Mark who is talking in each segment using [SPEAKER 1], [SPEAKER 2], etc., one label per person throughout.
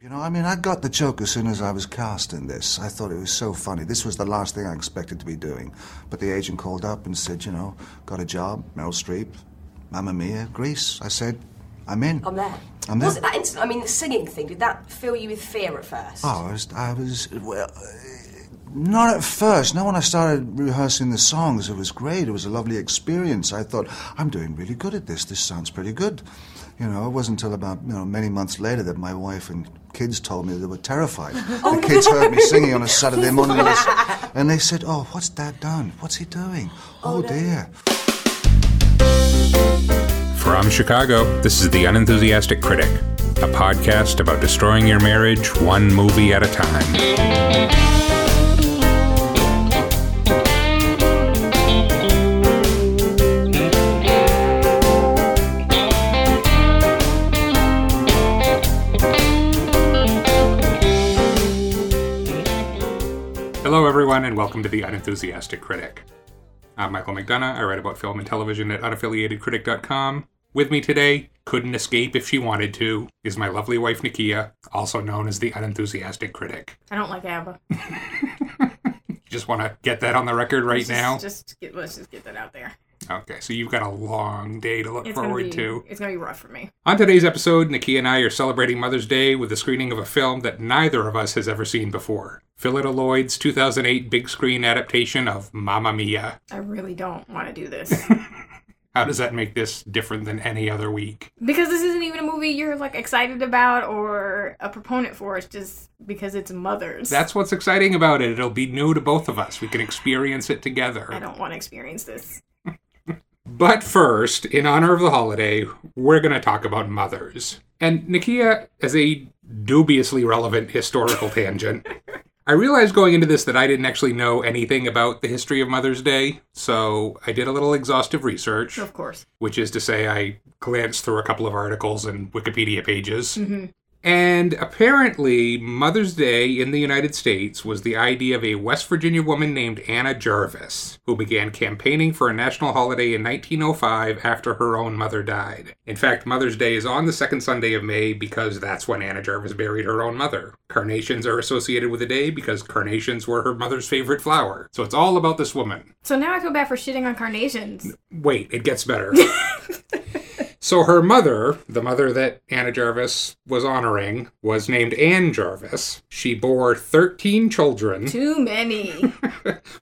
[SPEAKER 1] You know, I mean, I got the joke as soon as I was cast in this. I thought it was so funny. This was the last thing I expected to be doing. But the agent called up and said, you know, got a job, Meryl Streep, Mamma Mia, Grease. I said, I'm in.
[SPEAKER 2] I'm there.
[SPEAKER 1] I'm there.
[SPEAKER 2] Was it that instant? I mean, the singing thing, did that fill you with fear at first?
[SPEAKER 1] Oh, I was, I was well, uh, not at first. Now, when I started rehearsing the songs, it was great. It was a lovely experience. I thought, I'm doing really good at this. This sounds pretty good. You know, it wasn't until about you know many months later that my wife and kids told me they were terrified. the kids heard me singing on a Saturday morning, and they s- and they said, "Oh, what's Dad done? What's he doing? Oh, dear."
[SPEAKER 3] From Chicago, this is The Unenthusiastic Critic, a podcast about destroying your marriage one movie at a time. Hello, everyone, and welcome to The Unenthusiastic Critic. I'm Michael McDonough. I write about film and television at unaffiliatedcritic.com. With me today, couldn't escape if she wanted to, is my lovely wife Nakia, also known as the unenthusiastic critic.
[SPEAKER 4] I don't like ABBA.
[SPEAKER 3] Just want to get that on the record right
[SPEAKER 4] Just-
[SPEAKER 3] now.
[SPEAKER 4] just get, let's just get that out there.
[SPEAKER 3] Okay, so you've got a long day to look
[SPEAKER 4] It's gonna
[SPEAKER 3] forward
[SPEAKER 4] be
[SPEAKER 3] to.
[SPEAKER 4] it's gonna be rough for me.
[SPEAKER 3] On today's episode, Nikki and I are celebrating Mother's Day with the screening of a film that neither of us has ever seen before. Phillida Lloyd's 2008 big screen adaptation of Mamma Mia.
[SPEAKER 4] I really don't want to do this
[SPEAKER 3] How does that make this different than any other week?
[SPEAKER 4] because this isn't even a movie you're like excited about or a proponent for. It's just because it's mothers.
[SPEAKER 3] That's what's exciting about it. It'll be new to both of us. We can experience it
[SPEAKER 4] I
[SPEAKER 3] together.
[SPEAKER 4] don't want to experience this.
[SPEAKER 3] But first, in honor of the holiday, we're going to talk about mothers. And Nikia, as a dubiously relevant historical tangent, I realized going into this that I didn't actually know anything about the history of Mother's Day, so I did a little exhaustive research,
[SPEAKER 4] Of course.
[SPEAKER 3] which is to say, I glanced through a couple of articles and Wikipedia pages.
[SPEAKER 4] Mhm.
[SPEAKER 3] And apparently, Mother's Day in the United States was the idea of a West Virginia woman named Anna Jarvis, who began campaigning for a national holiday in 1905 after her own mother died. In fact, Mother's Day is on the second Sunday of May because that's when Anna Jarvis buried her own mother. Carnations are associated with the day because carnations were her mother's favorite flower. So it's all about this woman.
[SPEAKER 4] So now I feel bad for shitting on carnations.
[SPEAKER 3] Wait, it gets better. so her mother, the mother that Anna Jarvis was honoring, was named Anne Jarvis. She bore 13 children,
[SPEAKER 4] Too many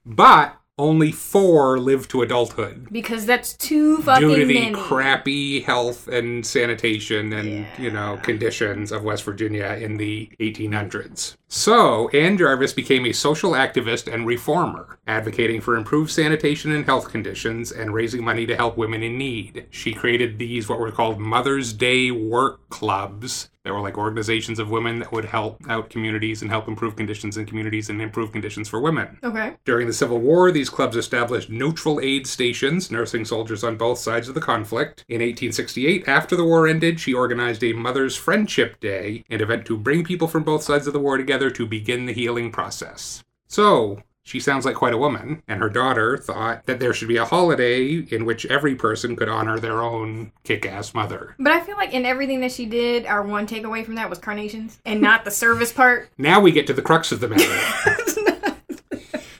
[SPEAKER 3] but only four lived to adulthood
[SPEAKER 4] because that's too fucking
[SPEAKER 3] due to the
[SPEAKER 4] many.
[SPEAKER 3] crappy health and sanitation and you know
[SPEAKER 4] Yeah.
[SPEAKER 3] conditions of West Virginia in the 1800s. So Anne Jarvis became a social activist and reformer, advocating for improved sanitation and health conditions and raising money to help women in need. She created these what were called Mother's Day work clubs. that were like organizations of women that would help out communities and help improve conditions in communities and improve conditions for women.
[SPEAKER 4] Okay.
[SPEAKER 3] During the Civil War, these clubs established neutral aid stations, nursing soldiers on both sides of the conflict. In 1868, after the war ended, she organized a Mother's Friendship Day, an event to bring people from both sides of the war together to begin the healing process. So, she sounds like quite a woman, and her daughter thought that there should be a holiday in which every person could honor their own kick ass mother.
[SPEAKER 4] But I feel like in everything that she did, our one takeaway from that was carnations and not the service part.
[SPEAKER 3] Now we get to the crux of the matter.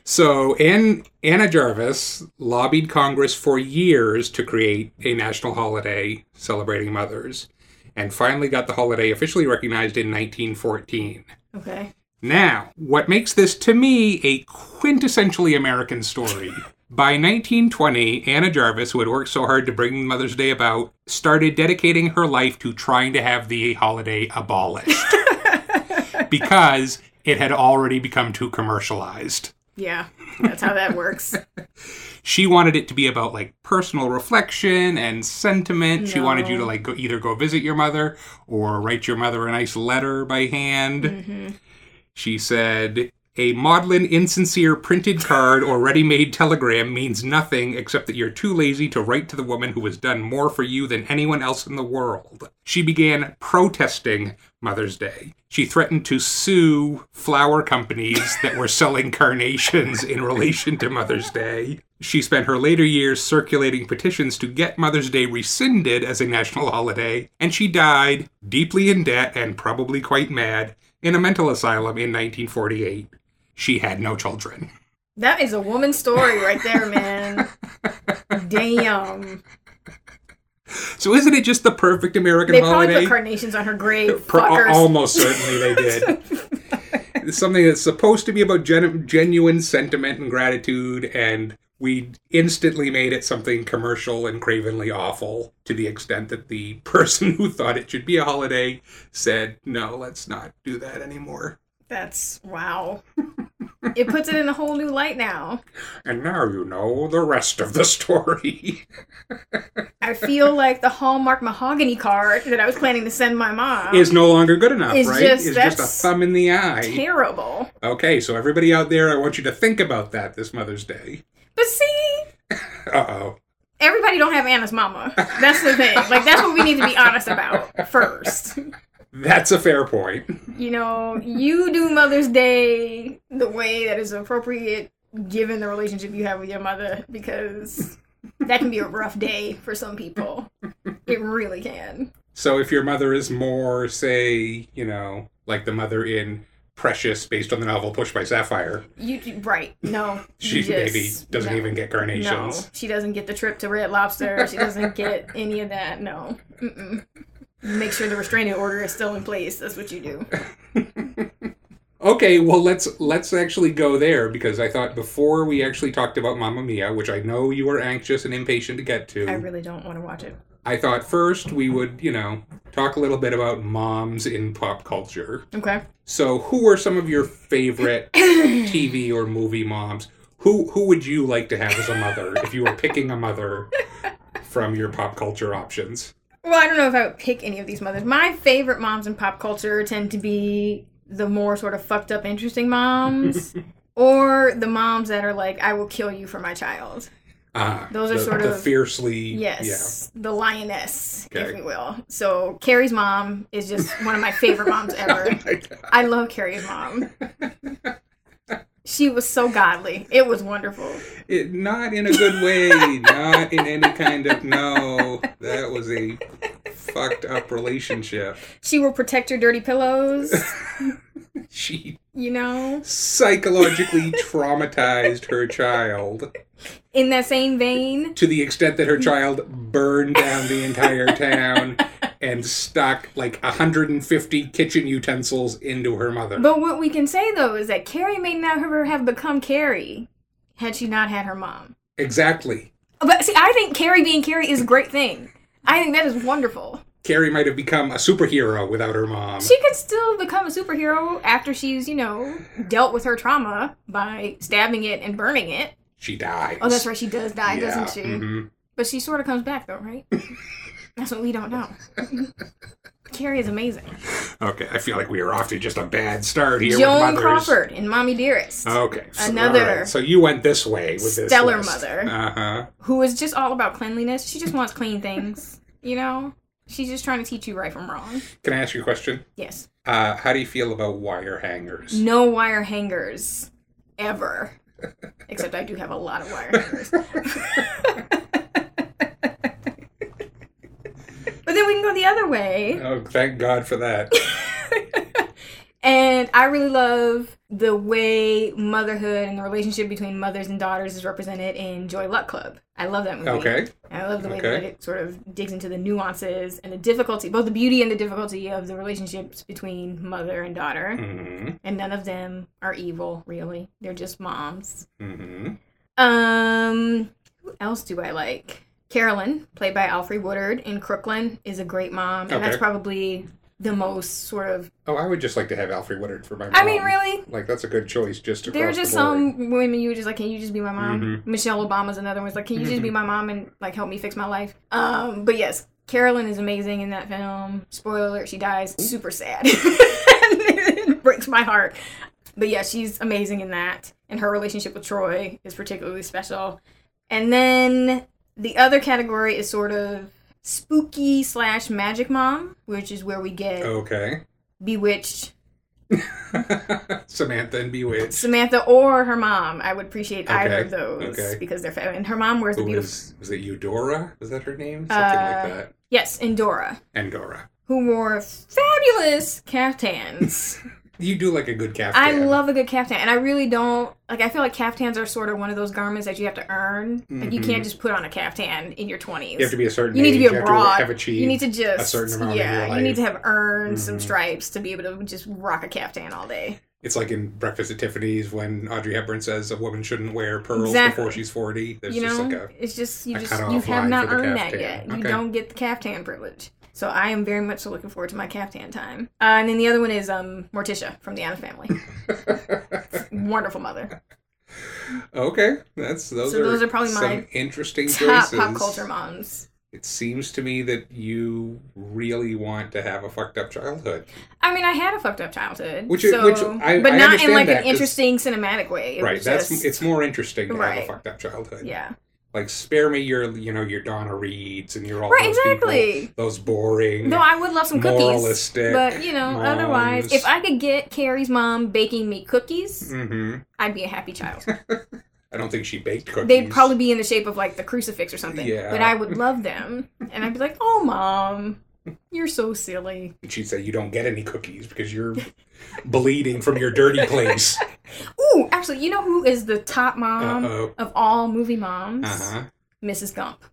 [SPEAKER 3] So, Ann, Anna Jarvis lobbied Congress for years to create a national holiday celebrating mothers, and finally got the holiday officially recognized in 1914.
[SPEAKER 4] okay.
[SPEAKER 3] Now, what makes this to me a quintessentially American story? By 1920, Anna Jarvis, who had worked so hard to bring Mother's Day about, started dedicating her life to trying to have the holiday abolished because it had already become too commercialized.
[SPEAKER 4] Yeah. That's how that works.
[SPEAKER 3] she wanted it to be about like personal reflection and sentiment. She wanted you to like go, either go visit your mother or write your mother a nice letter by hand. She said, a maudlin, insincere printed card or ready made telegram means nothing except that you're too lazy to write to the woman who has done more for you than anyone else in the world. She began protesting Mother's Day. She threatened to sue flower companies that were selling carnations in relation to Mother's Day. She spent her later years circulating petitions to get Mother's Day rescinded as a national holiday, and she died, deeply in debt and probably quite mad, in a mental asylum in 1948. She had no children.
[SPEAKER 4] That is a woman's story right there, man. Damn.
[SPEAKER 3] So isn't it just the perfect American
[SPEAKER 4] They probably
[SPEAKER 3] holiday?
[SPEAKER 4] put carnations on her grave.
[SPEAKER 3] Pro- al-
[SPEAKER 4] Fuckers.
[SPEAKER 3] almost certainly they did. It's something that's supposed to be about gen- genuine sentiment and gratitude, and we instantly made it something commercial and cravenly awful to the extent that the person who thought it should be a holiday said, no, let's not do that anymore.
[SPEAKER 4] That's wow. it puts it in a whole new light now.
[SPEAKER 3] And now you know the rest of the story.
[SPEAKER 4] I feel like the Hallmark mahogany card that I was planning to send my mom
[SPEAKER 3] is no longer good enough,
[SPEAKER 4] It's
[SPEAKER 3] right?
[SPEAKER 4] just-
[SPEAKER 3] is just a
[SPEAKER 4] that's
[SPEAKER 3] thumb in the eye.
[SPEAKER 4] terrible.
[SPEAKER 3] okay, so everybody out there, I want you to think about that this Mother's Day.
[SPEAKER 4] But see,
[SPEAKER 3] Uh oh.
[SPEAKER 4] everybody don't have Anna's mama. That's the thing. Like that's what we need to be honest about first.
[SPEAKER 3] That's a fair point.
[SPEAKER 4] You know, you do Mother's Day the way that is appropriate given the relationship you have with your mother because that can be a rough day for some people. It really can.
[SPEAKER 3] So if your mother is more, say, you know, like the mother in Precious, based on the novel Push by Sapphire,
[SPEAKER 4] You you- right. No.
[SPEAKER 3] she
[SPEAKER 4] you just-
[SPEAKER 3] maybe doesn't
[SPEAKER 4] no.
[SPEAKER 3] even get
[SPEAKER 4] No,
[SPEAKER 3] carnations.
[SPEAKER 4] she doesn't get the trip to Red Lobster. She doesn't get any of that. No. Mm-mm. Make sure the restraining order is still in place. That's what you do.
[SPEAKER 3] Okay, well let's let's actually go there because I thought before we actually talked about Mamma Mia, which I know you were anxious and impatient to get to.
[SPEAKER 4] I really don't want to watch it.
[SPEAKER 3] I thought first we would, you know, talk a little bit about moms in pop culture.
[SPEAKER 4] Okay.
[SPEAKER 3] So, who are some of your favorite TV or movie moms? Who who would you like to have as a mother if you were picking a mother from your pop culture options?
[SPEAKER 4] Well, I don't know if I would pick any of these mothers. My favorite moms in pop culture tend to be the more sort of fucked up, interesting moms, or the moms that are like, "I will kill you for my child."
[SPEAKER 3] Ah,
[SPEAKER 4] Those are
[SPEAKER 3] the,
[SPEAKER 4] sort
[SPEAKER 3] the
[SPEAKER 4] of-
[SPEAKER 3] fiercely
[SPEAKER 4] Yes, the lioness, if
[SPEAKER 3] Okay.
[SPEAKER 4] we will. So Carrie's mom is just one of my favorite moms ever.
[SPEAKER 3] Yeah.
[SPEAKER 4] I love Carrie's mom. she was so godly. It was wonderful.
[SPEAKER 3] It, not in a good way. not in any kind of no. That was a fucked up relationship.
[SPEAKER 4] She will protect your dirty pillows,
[SPEAKER 3] She
[SPEAKER 4] you know?
[SPEAKER 3] psychologically traumatized her child.
[SPEAKER 4] In that same vein,
[SPEAKER 3] to the extent
[SPEAKER 4] Mm.
[SPEAKER 3] that her child burned down the entire town and stuck like 150 kitchen utensils into her mother.
[SPEAKER 4] But what we can say though is that Carrie may not ever have become Carrie had she not had her mom.
[SPEAKER 3] exactly.
[SPEAKER 4] But see, I think Carrie being Carrie is a great thing. I think that is wonderful.
[SPEAKER 3] Carrie might have become a superhero without her mom.
[SPEAKER 4] She could still become a superhero after she's, you know, dealt with her trauma by stabbing it and burning it.
[SPEAKER 3] She dies.
[SPEAKER 4] Oh, that's right, she does die, doesn't she?
[SPEAKER 3] mhm.
[SPEAKER 4] But she sort of comes back though, right? that's what we don't know. Carrie is amazing.
[SPEAKER 3] Okay, I feel like we are off to just a bad start here. with Oh,
[SPEAKER 4] Joan
[SPEAKER 3] mothers.
[SPEAKER 4] Crawford in Mommy Dearest,
[SPEAKER 3] Okay. so-
[SPEAKER 4] Another
[SPEAKER 3] all So you went this way with this.
[SPEAKER 4] stellar
[SPEAKER 3] list.
[SPEAKER 4] mother.
[SPEAKER 3] Uh-huh.
[SPEAKER 4] who is just all about cleanliness. She just wants clean things, you know? She's just trying to teach you right from wrong.
[SPEAKER 3] Can I ask you a question?
[SPEAKER 4] Yes.
[SPEAKER 3] Uh, how do you feel about wire hangers?
[SPEAKER 4] No wire hangers ever. Except I do have a lot of wire hangers. but then we can go the other way.
[SPEAKER 3] Oh, thank God for that.
[SPEAKER 4] And I really love the way motherhood and the relationship between mothers and daughters is represented in Joy Luck Club. I love that movie.
[SPEAKER 3] Okay.
[SPEAKER 4] And I love the way
[SPEAKER 3] Okay.
[SPEAKER 4] that it sort of digs into the nuances and the difficulty, both the beauty and the difficulty of the relationships between mother and daughter.
[SPEAKER 3] Mm-hmm.
[SPEAKER 4] And none of them are evil, really. They're just moms.
[SPEAKER 3] Mm-hmm.
[SPEAKER 4] Um, who else do I like? Carolyn, played by Alfre Woodard in Crooklyn, is a great mom, and that's
[SPEAKER 3] Okay.
[SPEAKER 4] probably the most sort of.
[SPEAKER 3] Oh, I would just like to have Alfred Woodard for my mom.
[SPEAKER 4] I mean, really,
[SPEAKER 3] Like, that's a good choice just across
[SPEAKER 4] there are just um,
[SPEAKER 3] the board. Mm-hmm.
[SPEAKER 4] some women you were just like, can you just be my mom? Michelle Obama's another one's like, can you just be my mom and like help me fix my life? Um, but yes, Carolyn is amazing in that film. Spoiler alert, she dies. Super sad. it breaks my heart. But yeah, she's amazing in that, and her relationship with Troy is particularly special. And then the other category
[SPEAKER 3] Oh.
[SPEAKER 4] is sort of spooky slash magic mom, which is where we get
[SPEAKER 3] Okay.
[SPEAKER 4] Bewitched,
[SPEAKER 3] Samantha and Bewitched.
[SPEAKER 4] Samantha, or her mom. I would appreciate either
[SPEAKER 3] Okay,
[SPEAKER 4] of those
[SPEAKER 3] okay.
[SPEAKER 4] because they're fab- and her mom wears a
[SPEAKER 3] Who
[SPEAKER 4] beautiful
[SPEAKER 3] was was it Eudora? Was that her name? Something
[SPEAKER 4] Uh,
[SPEAKER 3] like that.
[SPEAKER 4] yes, and Dora,
[SPEAKER 3] And Dora.
[SPEAKER 4] who wore fabulous caftans.
[SPEAKER 3] You do like a good caftan.
[SPEAKER 4] I love a good caftan, and I really don't like. I feel like caftans are sort of one of those garments that you have to earn. Like you can't just put on a caftan in your twenties.
[SPEAKER 3] Mm-hmm. You have to be a certain
[SPEAKER 4] You need to
[SPEAKER 3] age, you
[SPEAKER 4] be a
[SPEAKER 3] have
[SPEAKER 4] broad.
[SPEAKER 3] to have achieved
[SPEAKER 4] you need to
[SPEAKER 3] a
[SPEAKER 4] just
[SPEAKER 3] certain amount of
[SPEAKER 4] yeah.
[SPEAKER 3] your
[SPEAKER 4] You need to
[SPEAKER 3] life.
[SPEAKER 4] have earned some
[SPEAKER 3] Mhm.
[SPEAKER 4] stripes to be able to just rock a caftan all day.
[SPEAKER 3] It's like in Breakfast at Tiffany's when Audrey Hepburn says a woman shouldn't wear pearls
[SPEAKER 4] Exactly.
[SPEAKER 3] before she's 40. There's
[SPEAKER 4] you know,
[SPEAKER 3] just like a.
[SPEAKER 4] it's just you
[SPEAKER 3] a
[SPEAKER 4] just
[SPEAKER 3] cutoff
[SPEAKER 4] you have
[SPEAKER 3] line
[SPEAKER 4] not
[SPEAKER 3] for the
[SPEAKER 4] earned that
[SPEAKER 3] caftan.
[SPEAKER 4] yet. You
[SPEAKER 3] Okay.
[SPEAKER 4] don't get the caftan privilege. So I am very much so looking forward to my caftan time. Uh, and then the other one is um, Morticia from the Anna family. Wonderful mother.
[SPEAKER 3] okay, that's those,
[SPEAKER 4] So
[SPEAKER 3] are,
[SPEAKER 4] those are probably
[SPEAKER 3] some
[SPEAKER 4] my
[SPEAKER 3] interesting
[SPEAKER 4] Top
[SPEAKER 3] choices.
[SPEAKER 4] pop culture moms.
[SPEAKER 3] It seems to me that you really want to have a fucked up childhood.
[SPEAKER 4] I mean, I had a fucked up childhood,
[SPEAKER 3] Which-
[SPEAKER 4] so,
[SPEAKER 3] which I-
[SPEAKER 4] but
[SPEAKER 3] I
[SPEAKER 4] not in
[SPEAKER 3] understand
[SPEAKER 4] like
[SPEAKER 3] that
[SPEAKER 4] an
[SPEAKER 3] 'cause-
[SPEAKER 4] interesting cinematic way. It
[SPEAKER 3] right,
[SPEAKER 4] was
[SPEAKER 3] that's
[SPEAKER 4] just-
[SPEAKER 3] it's more interesting to have
[SPEAKER 4] Right.
[SPEAKER 3] a fucked up childhood.
[SPEAKER 4] yeah,
[SPEAKER 3] Like spare me your you know your Donna Reeds and your all
[SPEAKER 4] right,
[SPEAKER 3] those people,
[SPEAKER 4] exactly.
[SPEAKER 3] those boring.
[SPEAKER 4] Though I would love some cookies,
[SPEAKER 3] moralistic.
[SPEAKER 4] but you know, otherwise,
[SPEAKER 3] moms.
[SPEAKER 4] if I could get Carrie's mom baking me cookies,
[SPEAKER 3] hmm
[SPEAKER 4] I'd be a happy child.
[SPEAKER 3] I don't think she baked cookies.
[SPEAKER 4] They'd probably be in the shape of like the crucifix or something.
[SPEAKER 3] Yeah.
[SPEAKER 4] But I would love them. And I'd be like, oh, mom, you're so silly.
[SPEAKER 3] She'd say you don't get any cookies because you're bleeding from your dirty place.
[SPEAKER 4] Ooh, actually, you know who is the top mom
[SPEAKER 3] Uh-oh.
[SPEAKER 4] of all movie moms?
[SPEAKER 3] Uh-huh.
[SPEAKER 4] Mrs. Gump.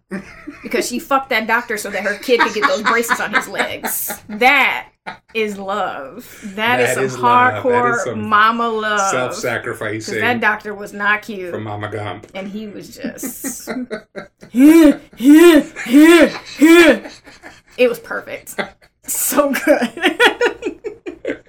[SPEAKER 4] Because she fucked that doctor so that her kid could get those braces on his legs. That is love. that is
[SPEAKER 3] That
[SPEAKER 4] some
[SPEAKER 3] is love. That
[SPEAKER 4] hardcore
[SPEAKER 3] is some
[SPEAKER 4] mama love. Because
[SPEAKER 3] Self-sacrificing
[SPEAKER 4] Uh, that doctor was not cute.
[SPEAKER 3] from Mama Gump.
[SPEAKER 4] and he was just it was perfect so good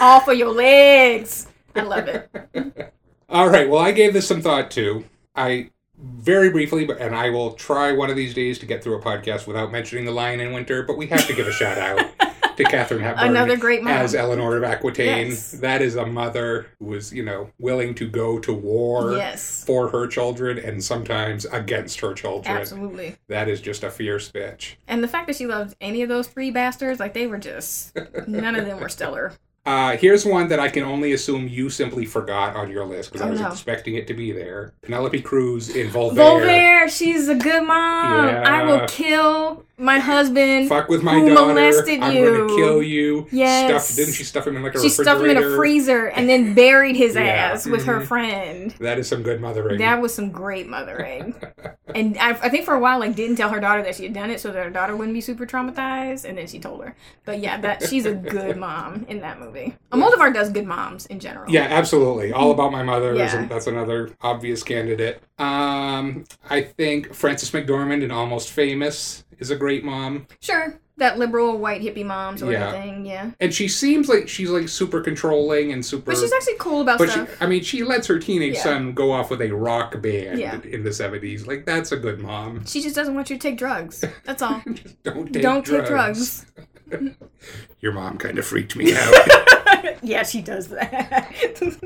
[SPEAKER 4] all for your legs i love it
[SPEAKER 3] All right. Well, I gave this some thought too. I very briefly, but and I will try one of these days to get through a podcast without mentioning the Lion in Winter. But we have to give a shout out to Catherine Hepburn,
[SPEAKER 4] Another great mom.
[SPEAKER 3] as Eleanor of Aquitaine.
[SPEAKER 4] Yes.
[SPEAKER 3] That is a mother who was, you know, willing to go to war.
[SPEAKER 4] yes
[SPEAKER 3] For her children and sometimes against her children.
[SPEAKER 4] absolutely
[SPEAKER 3] That is just a fierce bitch.
[SPEAKER 4] and the fact that she loved any of those three bastards like they were just none of them were stellar
[SPEAKER 3] Uh, here's one that I can only assume you simply forgot on your list because
[SPEAKER 4] Oh,
[SPEAKER 3] I was
[SPEAKER 4] no.
[SPEAKER 3] expecting it to be there. Penelope Cruz in Voltaire.
[SPEAKER 4] Voltaire, she's a good mom. I will
[SPEAKER 3] Yeah.
[SPEAKER 4] kill my husband.
[SPEAKER 3] Fuck with my
[SPEAKER 4] Who
[SPEAKER 3] daughter.
[SPEAKER 4] molested
[SPEAKER 3] I'm
[SPEAKER 4] you.
[SPEAKER 3] gonna kill you.
[SPEAKER 4] Yes.
[SPEAKER 3] Stuff, didn't she stuff him in like a
[SPEAKER 4] She stuffed him
[SPEAKER 3] refrigerator?
[SPEAKER 4] in a freezer and then buried his
[SPEAKER 3] Yeah,
[SPEAKER 4] ass with her
[SPEAKER 3] mhm.
[SPEAKER 4] friend.
[SPEAKER 3] That is some good mothering.
[SPEAKER 4] That was some great mothering. and I, I think for a while, like, didn't tell her daughter that she had done it so that her daughter wouldn't be super traumatized. And then she told her. But yeah, that she's a good mom in that movie. Moldavar does good moms in general.
[SPEAKER 3] yeah, absolutely. All about my mother. is-
[SPEAKER 4] Yeah.
[SPEAKER 3] that's another obvious candidate. Um, I think Frances McDormand in Almost Famous is a great mom,
[SPEAKER 4] Sure. That liberal white hippie mom sort
[SPEAKER 3] Yeah.
[SPEAKER 4] of thing. Yeah.
[SPEAKER 3] and she seems like she's like super controlling and super.
[SPEAKER 4] But she's actually cool about
[SPEAKER 3] But she,
[SPEAKER 4] stuff.
[SPEAKER 3] I mean, she lets her teenage
[SPEAKER 4] Yeah.
[SPEAKER 3] son go off with a rock band
[SPEAKER 4] Yeah.
[SPEAKER 3] in the seventies. Like that's a good mom.
[SPEAKER 4] She, just doesn't want you to take drugs. That's all.
[SPEAKER 3] Just don't take
[SPEAKER 4] Don't
[SPEAKER 3] drugs.
[SPEAKER 4] take drugs.
[SPEAKER 3] Your mom kind of freaked me out.
[SPEAKER 4] Yeah, she does that.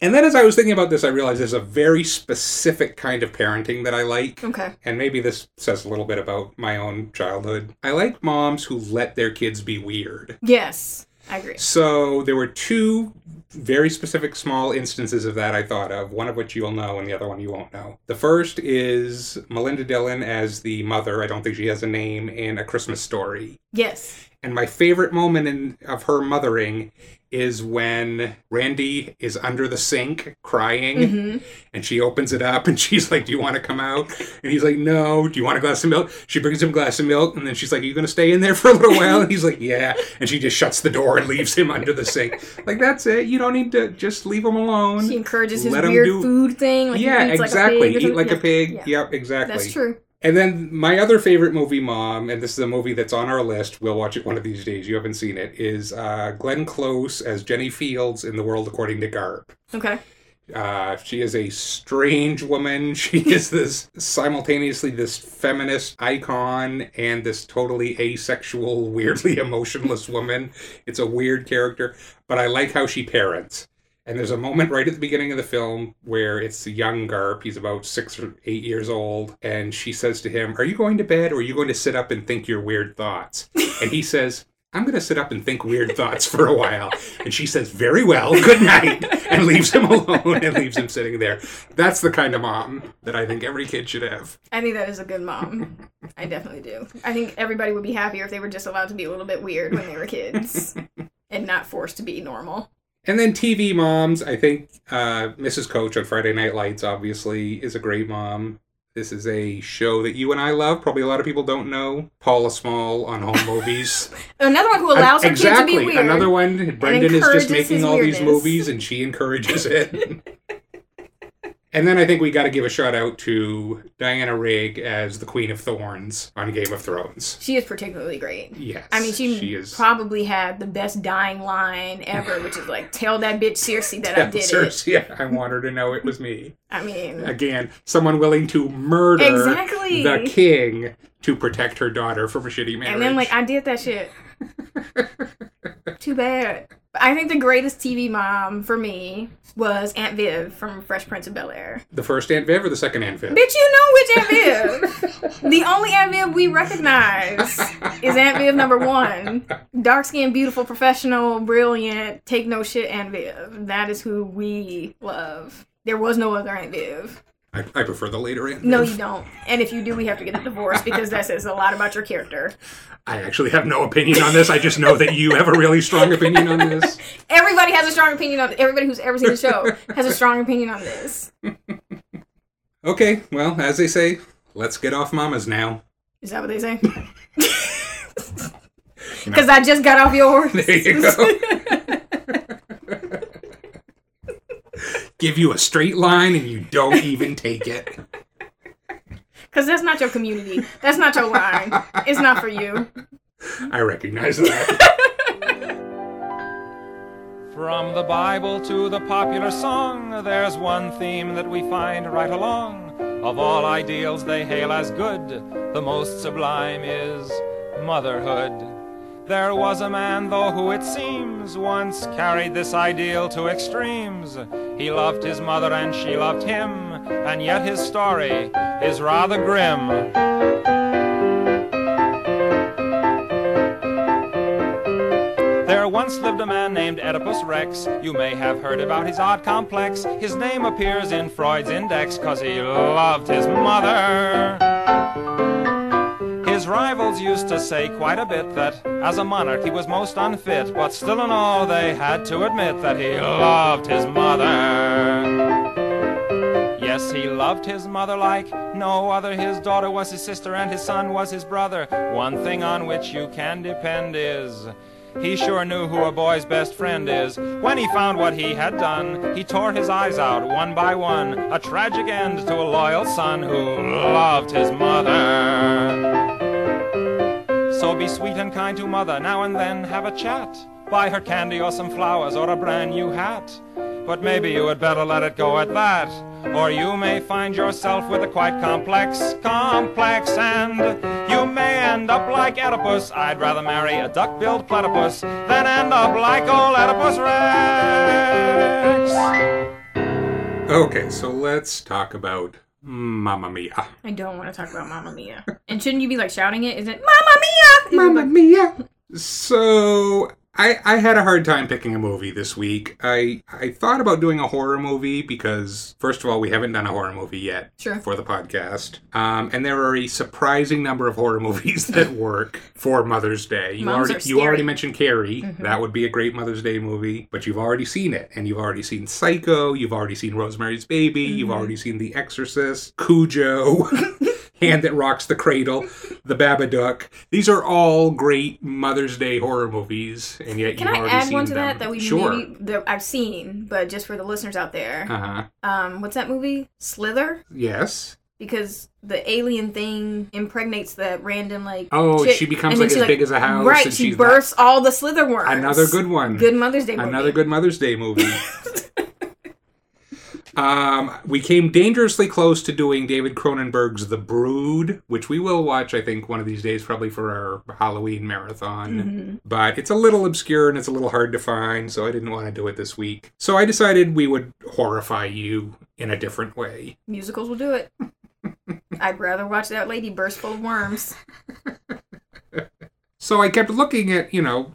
[SPEAKER 3] and then as I was thinking about this, I realized there's a very specific kind of parenting that I like.
[SPEAKER 4] okay.
[SPEAKER 3] And maybe this says a little bit about my own childhood. I like moms who let their kids be weird.
[SPEAKER 4] Yes. I agree.
[SPEAKER 3] So there were two very specific small instances of that I thought of, one of which you'll know and the other one you won't know. The first is Melinda Dillon as the mother, I don't think she has a name, in A Christmas Story.
[SPEAKER 4] Yes.
[SPEAKER 3] And my favorite moment in, of her mothering is when Randy is under the sink crying
[SPEAKER 4] hmm
[SPEAKER 3] and she opens it up and she's like, Do you want to come out? And he's like, No. Do you want a glass of milk? She brings him a glass of milk. And then she's like, Are you going to stay in there for a little while? And he's like, Yeah. And she just shuts the door and leaves him under the sink. Like, that's it. You don't need to just leave him alone.
[SPEAKER 4] She encourages his
[SPEAKER 3] Let 'em
[SPEAKER 4] weird
[SPEAKER 3] do-
[SPEAKER 4] food thing. Like he
[SPEAKER 3] yeah,
[SPEAKER 4] eats
[SPEAKER 3] exactly.
[SPEAKER 4] Like a pig or
[SPEAKER 3] Eat like a
[SPEAKER 4] something.
[SPEAKER 3] pig.
[SPEAKER 4] Yeah.
[SPEAKER 3] Yep, exactly.
[SPEAKER 4] That's true.
[SPEAKER 3] And then my other favorite movie, Mom, and this is a movie that's on our list. We'll watch it one of these days. You haven't seen it. Is uh, Glenn Close as Jenny Fields in The World According to Garp?
[SPEAKER 4] Okay.
[SPEAKER 3] Uh, she is a strange woman. She is this simultaneously this feminist icon and this totally asexual, weirdly emotionless woman. It's a weird character, but I like how she parents. And there's a moment right at the beginning of the film where it's the young Garp. He's about six or eight years old. And she says to him, Are you going to bed or are you going to sit up and think your weird thoughts? and he says, I'm going to sit up and think weird thoughts for a while. And she says, Very well, good night, and leaves him alone and leaves him sitting there. That's the kind of mom that I think every kid should have.
[SPEAKER 4] I think that is a good mom. I definitely do. I think everybody would be happier if they were just allowed to be a little bit weird when they were kids and not forced to be normal.
[SPEAKER 3] And then TV moms, I think uh, Mrs. Coach on Friday Night Lights obviously is a great mom. This is a show that you and I love. Probably a lot of people don't know. Paula Small on home movies.
[SPEAKER 4] Another one who allows her
[SPEAKER 3] exactly.
[SPEAKER 4] kid to be weird.
[SPEAKER 3] Another one. Brendan is just
[SPEAKER 4] encourages
[SPEAKER 3] making
[SPEAKER 4] his
[SPEAKER 3] all these
[SPEAKER 4] weirdness.
[SPEAKER 3] movies and she encourages it. and then I think we got to give a shout out to Diana Rigg as the Queen of Thorns on Game of Thrones.
[SPEAKER 4] She is particularly great.
[SPEAKER 3] Yes.
[SPEAKER 4] I mean, she, probably had the best dying line ever, which is like, "Tell that bitch Cersei that I did it."
[SPEAKER 3] Yeah, I want her to know it was me.
[SPEAKER 4] I mean,
[SPEAKER 3] Again, someone willing to murder
[SPEAKER 4] Exactly.
[SPEAKER 3] the king to protect her daughter from a shitty marriage.
[SPEAKER 4] and then like, I did that shit. Too bad. But I think the greatest TV mom for me was Aunt Viv from Fresh Prince of Bel Air.
[SPEAKER 3] the first Aunt Viv or the second Aunt Viv?
[SPEAKER 4] Bitch, you know which Aunt Viv. the only Aunt Viv we recognize is Aunt Viv number one. Dark skinned, beautiful, professional, brilliant, take no shit Aunt Viv. That is who we love. There was no other Aunt Viv.
[SPEAKER 3] I, I prefer the later Aunt
[SPEAKER 4] No,
[SPEAKER 3] Viv.
[SPEAKER 4] you don't. And if you do, we have to get a divorce because that says a lot about your character.
[SPEAKER 3] I actually have no opinion on this. I just know that you have a really strong opinion on this.
[SPEAKER 4] Everybody has a strong opinion on everybody who's ever seen the show has a strong opinion on this.
[SPEAKER 3] Okay, well, as they say, let's get off mamas now.
[SPEAKER 4] Is that what they say? Because I just got off yours.
[SPEAKER 3] There you go. Give you a straight line and you don't even take it.
[SPEAKER 4] Because that's not your community. That's not your line. It's not for you.
[SPEAKER 3] I recognize that.
[SPEAKER 5] From the Bible to the popular song, there's one theme that we find right along. Of all ideals they hail as good, the most sublime is motherhood. There was a man, though, who it seems once carried this ideal to extremes. He loved his mother and she loved him, and yet his story is rather grim. There once lived a man named Oedipus Rex. You may have heard about his odd complex. His name appears in Freud's index because he loved his mother. His rivals used to say quite a bit that as a monarch he was most unfit, but still in all they had to admit that he loved his mother. Yes, he loved his mother like no other. His daughter was his sister, and his son was his brother. One thing on which you can depend is he sure knew who a boy's best friend is. When he found what he had done, he tore his eyes out one by one. A tragic end to a loyal son who loved his mother. So be sweet and kind to mother now and then. Have a chat. Buy her candy or some flowers or a brand new hat. But maybe you had better let it go at that. Or you may find yourself with a quite complex complex, and you may end up like Oedipus. I'd rather marry a duck-billed platypus than end up like old Oedipus Rex.
[SPEAKER 3] okay, so let's talk about Mamma Mia.
[SPEAKER 4] I don't want to talk about Mamma Mia. And shouldn't you be like shouting it? Is it Mamma Mia?
[SPEAKER 3] Mamma Mia. So I I had a hard time picking a movie this week. I I thought about doing a horror movie because first of all we haven't done a horror movie yet
[SPEAKER 4] Sure.
[SPEAKER 3] for the podcast, um, and there are a surprising number of horror movies that work for Mother's Day. You
[SPEAKER 4] Moms
[SPEAKER 3] already
[SPEAKER 4] are
[SPEAKER 3] you already
[SPEAKER 4] scary. Mm-hmm.
[SPEAKER 3] mentioned Carrie. That would be a great Mother's Day movie, but you've already seen it, and you've already seen Psycho. You've already seen Rosemary's Baby. You've
[SPEAKER 4] Mm-hmm.
[SPEAKER 3] already seen The Exorcist, Cujo. Hand that rocks the cradle, The Babadook. These are all great Mother's Day horror movies, and yet
[SPEAKER 4] Can
[SPEAKER 3] you've
[SPEAKER 4] I
[SPEAKER 3] already
[SPEAKER 4] add
[SPEAKER 3] seen
[SPEAKER 4] one to
[SPEAKER 3] them.
[SPEAKER 4] that that we
[SPEAKER 3] sure.
[SPEAKER 4] maybe that I've seen, but just for the listeners out there?
[SPEAKER 3] Uh-huh.
[SPEAKER 4] Um, what's that movie? Slither,
[SPEAKER 3] Yes.
[SPEAKER 4] because the alien thing impregnates that random like.
[SPEAKER 3] Oh,
[SPEAKER 4] chick,
[SPEAKER 3] she becomes,
[SPEAKER 4] and
[SPEAKER 3] like,
[SPEAKER 4] then
[SPEAKER 3] as big as a house,
[SPEAKER 4] Right,
[SPEAKER 3] and
[SPEAKER 4] she
[SPEAKER 3] she's
[SPEAKER 4] births all the Slither worms.
[SPEAKER 3] Another good one.
[SPEAKER 4] Good Mother's Day. Movie.
[SPEAKER 3] Another good Mother's Day movie. um, we came dangerously close to doing David Cronenberg's The Brood, which we will watch, I think, one of these days, probably for our Halloween marathon.
[SPEAKER 4] Mm-hmm.
[SPEAKER 3] But it's a little obscure and it's a little hard to find, so I didn't want to do it this week. So I decided we would horrify you in a different way.
[SPEAKER 4] musicals will do it. I'd rather watch that lady burst full of worms.
[SPEAKER 3] So I kept looking at, you know,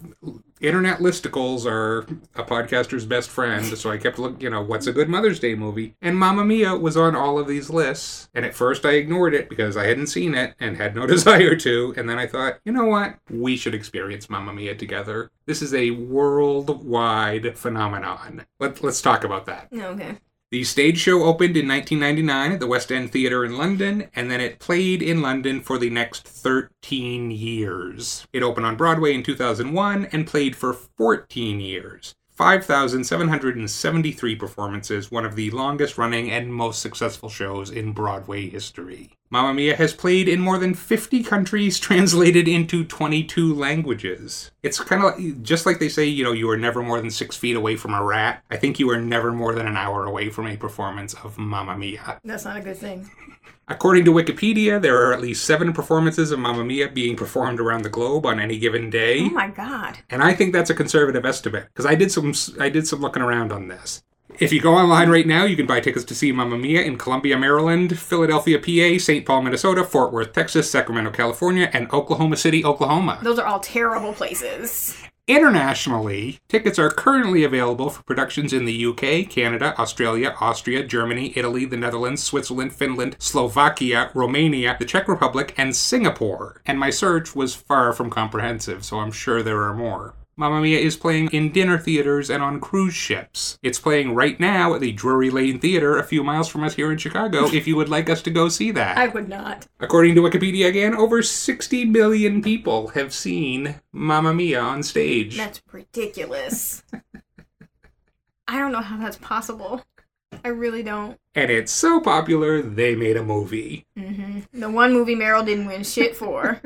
[SPEAKER 3] internet listicles are a podcaster's best friend. So I kept looking, you know, what's a good Mother's Day movie? And Mamma Mia was on all of these lists. And at first I ignored it because I hadn't seen it and had no desire to. And then I thought, you know what? We should experience Mamma Mia together. This is a worldwide phenomenon. Let, let's talk about that.
[SPEAKER 4] No, okay.
[SPEAKER 3] The stage show opened in 1999 at the West End Theatre in London, and then it played in London for the next 13 years. It opened on Broadway in 2001 and played for 14 years. 5,773 performances, one of the longest running and most successful shows in Broadway history. Mamma Mia has played in more than 50 countries, translated into 22 languages. It's kind of like, just like they say, you know, you are never more than six feet away from a rat. I think you are never more than an hour away from a performance of Mamma Mia.
[SPEAKER 4] That's not a good thing.
[SPEAKER 3] According to Wikipedia, there are at least seven performances of Mamma Mia being performed around the globe on any given day.
[SPEAKER 4] Oh my god.
[SPEAKER 3] And I think that's a conservative estimate because I did some I did some looking around on this. If you go online right now, you can buy tickets to see Mamma Mia in Columbia, Maryland, Philadelphia, PA, St. Paul, Minnesota, Fort Worth, Texas, Sacramento, California, and Oklahoma City, Oklahoma.
[SPEAKER 4] Those are all terrible places.
[SPEAKER 3] Internationally, tickets are currently available for productions in the UK, Canada, Australia, Austria, Germany, Italy, the Netherlands, Switzerland, Finland, Slovakia, Romania, the Czech Republic, and Singapore. And my search was far from comprehensive, so I'm sure there are more. Mamma Mia is playing in dinner theaters and on cruise ships. It's playing right now at the Drury Lane Theater, a few miles from us here in Chicago, if you would like us to go see that.
[SPEAKER 4] I would not.
[SPEAKER 3] According to Wikipedia again, over 60 million people have seen Mamma Mia on stage.
[SPEAKER 4] That's ridiculous. I don't know how that's possible. I really don't.
[SPEAKER 3] And it's so popular, they made a movie.
[SPEAKER 4] The one movie Meryl didn't win shit for.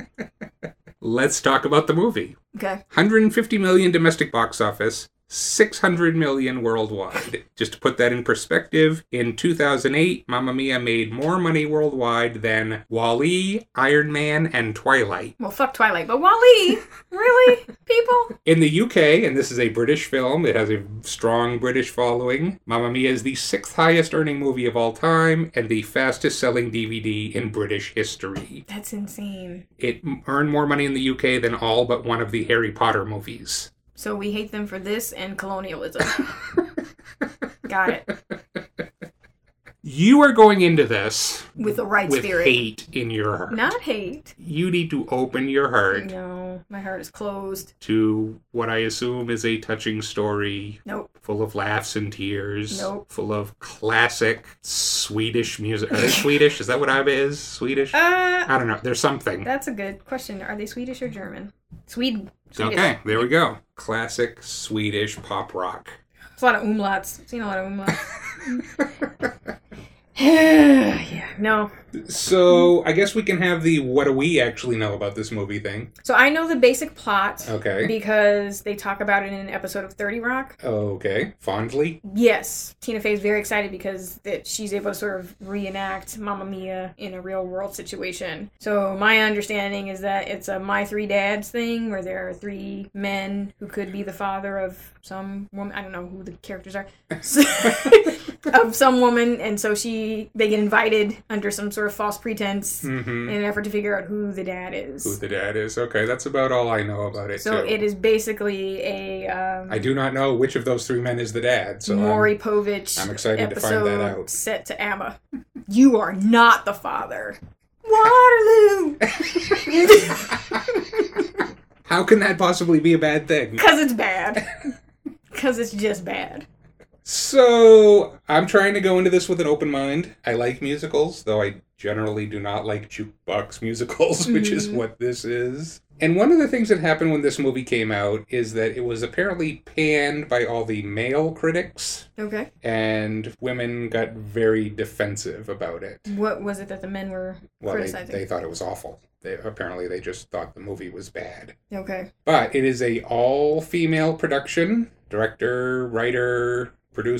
[SPEAKER 3] Let's talk about the movie.
[SPEAKER 4] Okay.
[SPEAKER 3] 150 million domestic box office, 600 million worldwide. Just to put that in perspective, in 2008, Mamma Mia made more money worldwide than Wall-E, Iron Man, and Twilight.
[SPEAKER 4] Well, fuck Twilight, but Wally, really, people?
[SPEAKER 3] In the UK, and this is a British film, it has a strong British following. Mamma Mia is the sixth highest earning movie of all time and the fastest selling DVD in British history.
[SPEAKER 4] That's insane.
[SPEAKER 3] It m- earned more money in the UK than all but one of the Harry Potter movies.
[SPEAKER 4] So we hate them for this and colonialism. Got it.
[SPEAKER 3] You are going into this
[SPEAKER 4] With the right
[SPEAKER 3] with
[SPEAKER 4] spirit.
[SPEAKER 3] hate in your heart.
[SPEAKER 4] Not hate.
[SPEAKER 3] You need to open your heart
[SPEAKER 4] No, my heart is closed.
[SPEAKER 3] to what I assume is a touching story
[SPEAKER 4] Nope.
[SPEAKER 3] full of laughs and tears,
[SPEAKER 4] Nope.
[SPEAKER 3] full of classic Swedish music. Are they Swedish? Is that what ABBA is? Swedish?
[SPEAKER 4] Uh,
[SPEAKER 3] I don't know. There's something.
[SPEAKER 4] that's a good question. Are they Swedish or German? Swede. Swedish.
[SPEAKER 3] Okay, there we go. Classic Swedish pop rock.
[SPEAKER 4] It's a lot of umlauts. I've seen a lot of umlauts. yeah, no.
[SPEAKER 3] So I guess we can have the what do we actually know about this movie thing.
[SPEAKER 4] So I know the basic plot
[SPEAKER 3] Okay.
[SPEAKER 4] because they talk about it in an episode of 30 Rock.
[SPEAKER 3] Okay. Fondly.
[SPEAKER 4] Yes, Tina Fey is very excited because that she's able to sort of reenact Mamma Mia in a real world situation. So my understanding is that it's a My Three Dads thing where there are three men who could be the father of some woman. I don't know who the characters are. of some woman and so she they get invited under some sort of false pretense
[SPEAKER 3] Mm-hmm.
[SPEAKER 4] in an effort to figure out who the dad is.
[SPEAKER 3] Who the dad is. Okay, that's about all I know about it.
[SPEAKER 4] so
[SPEAKER 3] too.
[SPEAKER 4] it is basically a um,
[SPEAKER 3] I do not know which of those three men is the dad. So um, I'm-
[SPEAKER 4] Maury Povich
[SPEAKER 3] I'm excited to find
[SPEAKER 4] episode
[SPEAKER 3] that out.
[SPEAKER 4] set to Amma. You are not the father. Waterloo!
[SPEAKER 3] how can that possibly be a bad thing?
[SPEAKER 4] Because it's bad. Because it's just bad.
[SPEAKER 3] So I'm trying to go into this with an open mind. I like musicals, though I generally do not like jukebox musicals, which is
[SPEAKER 4] Mm-hmm.
[SPEAKER 3] what this is. And one of the things that happened when this movie came out is that it was apparently panned by all the male critics,
[SPEAKER 4] Okay.
[SPEAKER 3] and women got very defensive about it.
[SPEAKER 4] What was it that the men were
[SPEAKER 3] Well, they,
[SPEAKER 4] criticizing?
[SPEAKER 3] they thought it was awful. They, apparently, they just thought the movie was bad.
[SPEAKER 4] Okay.
[SPEAKER 3] But it is a all female production, director, writer,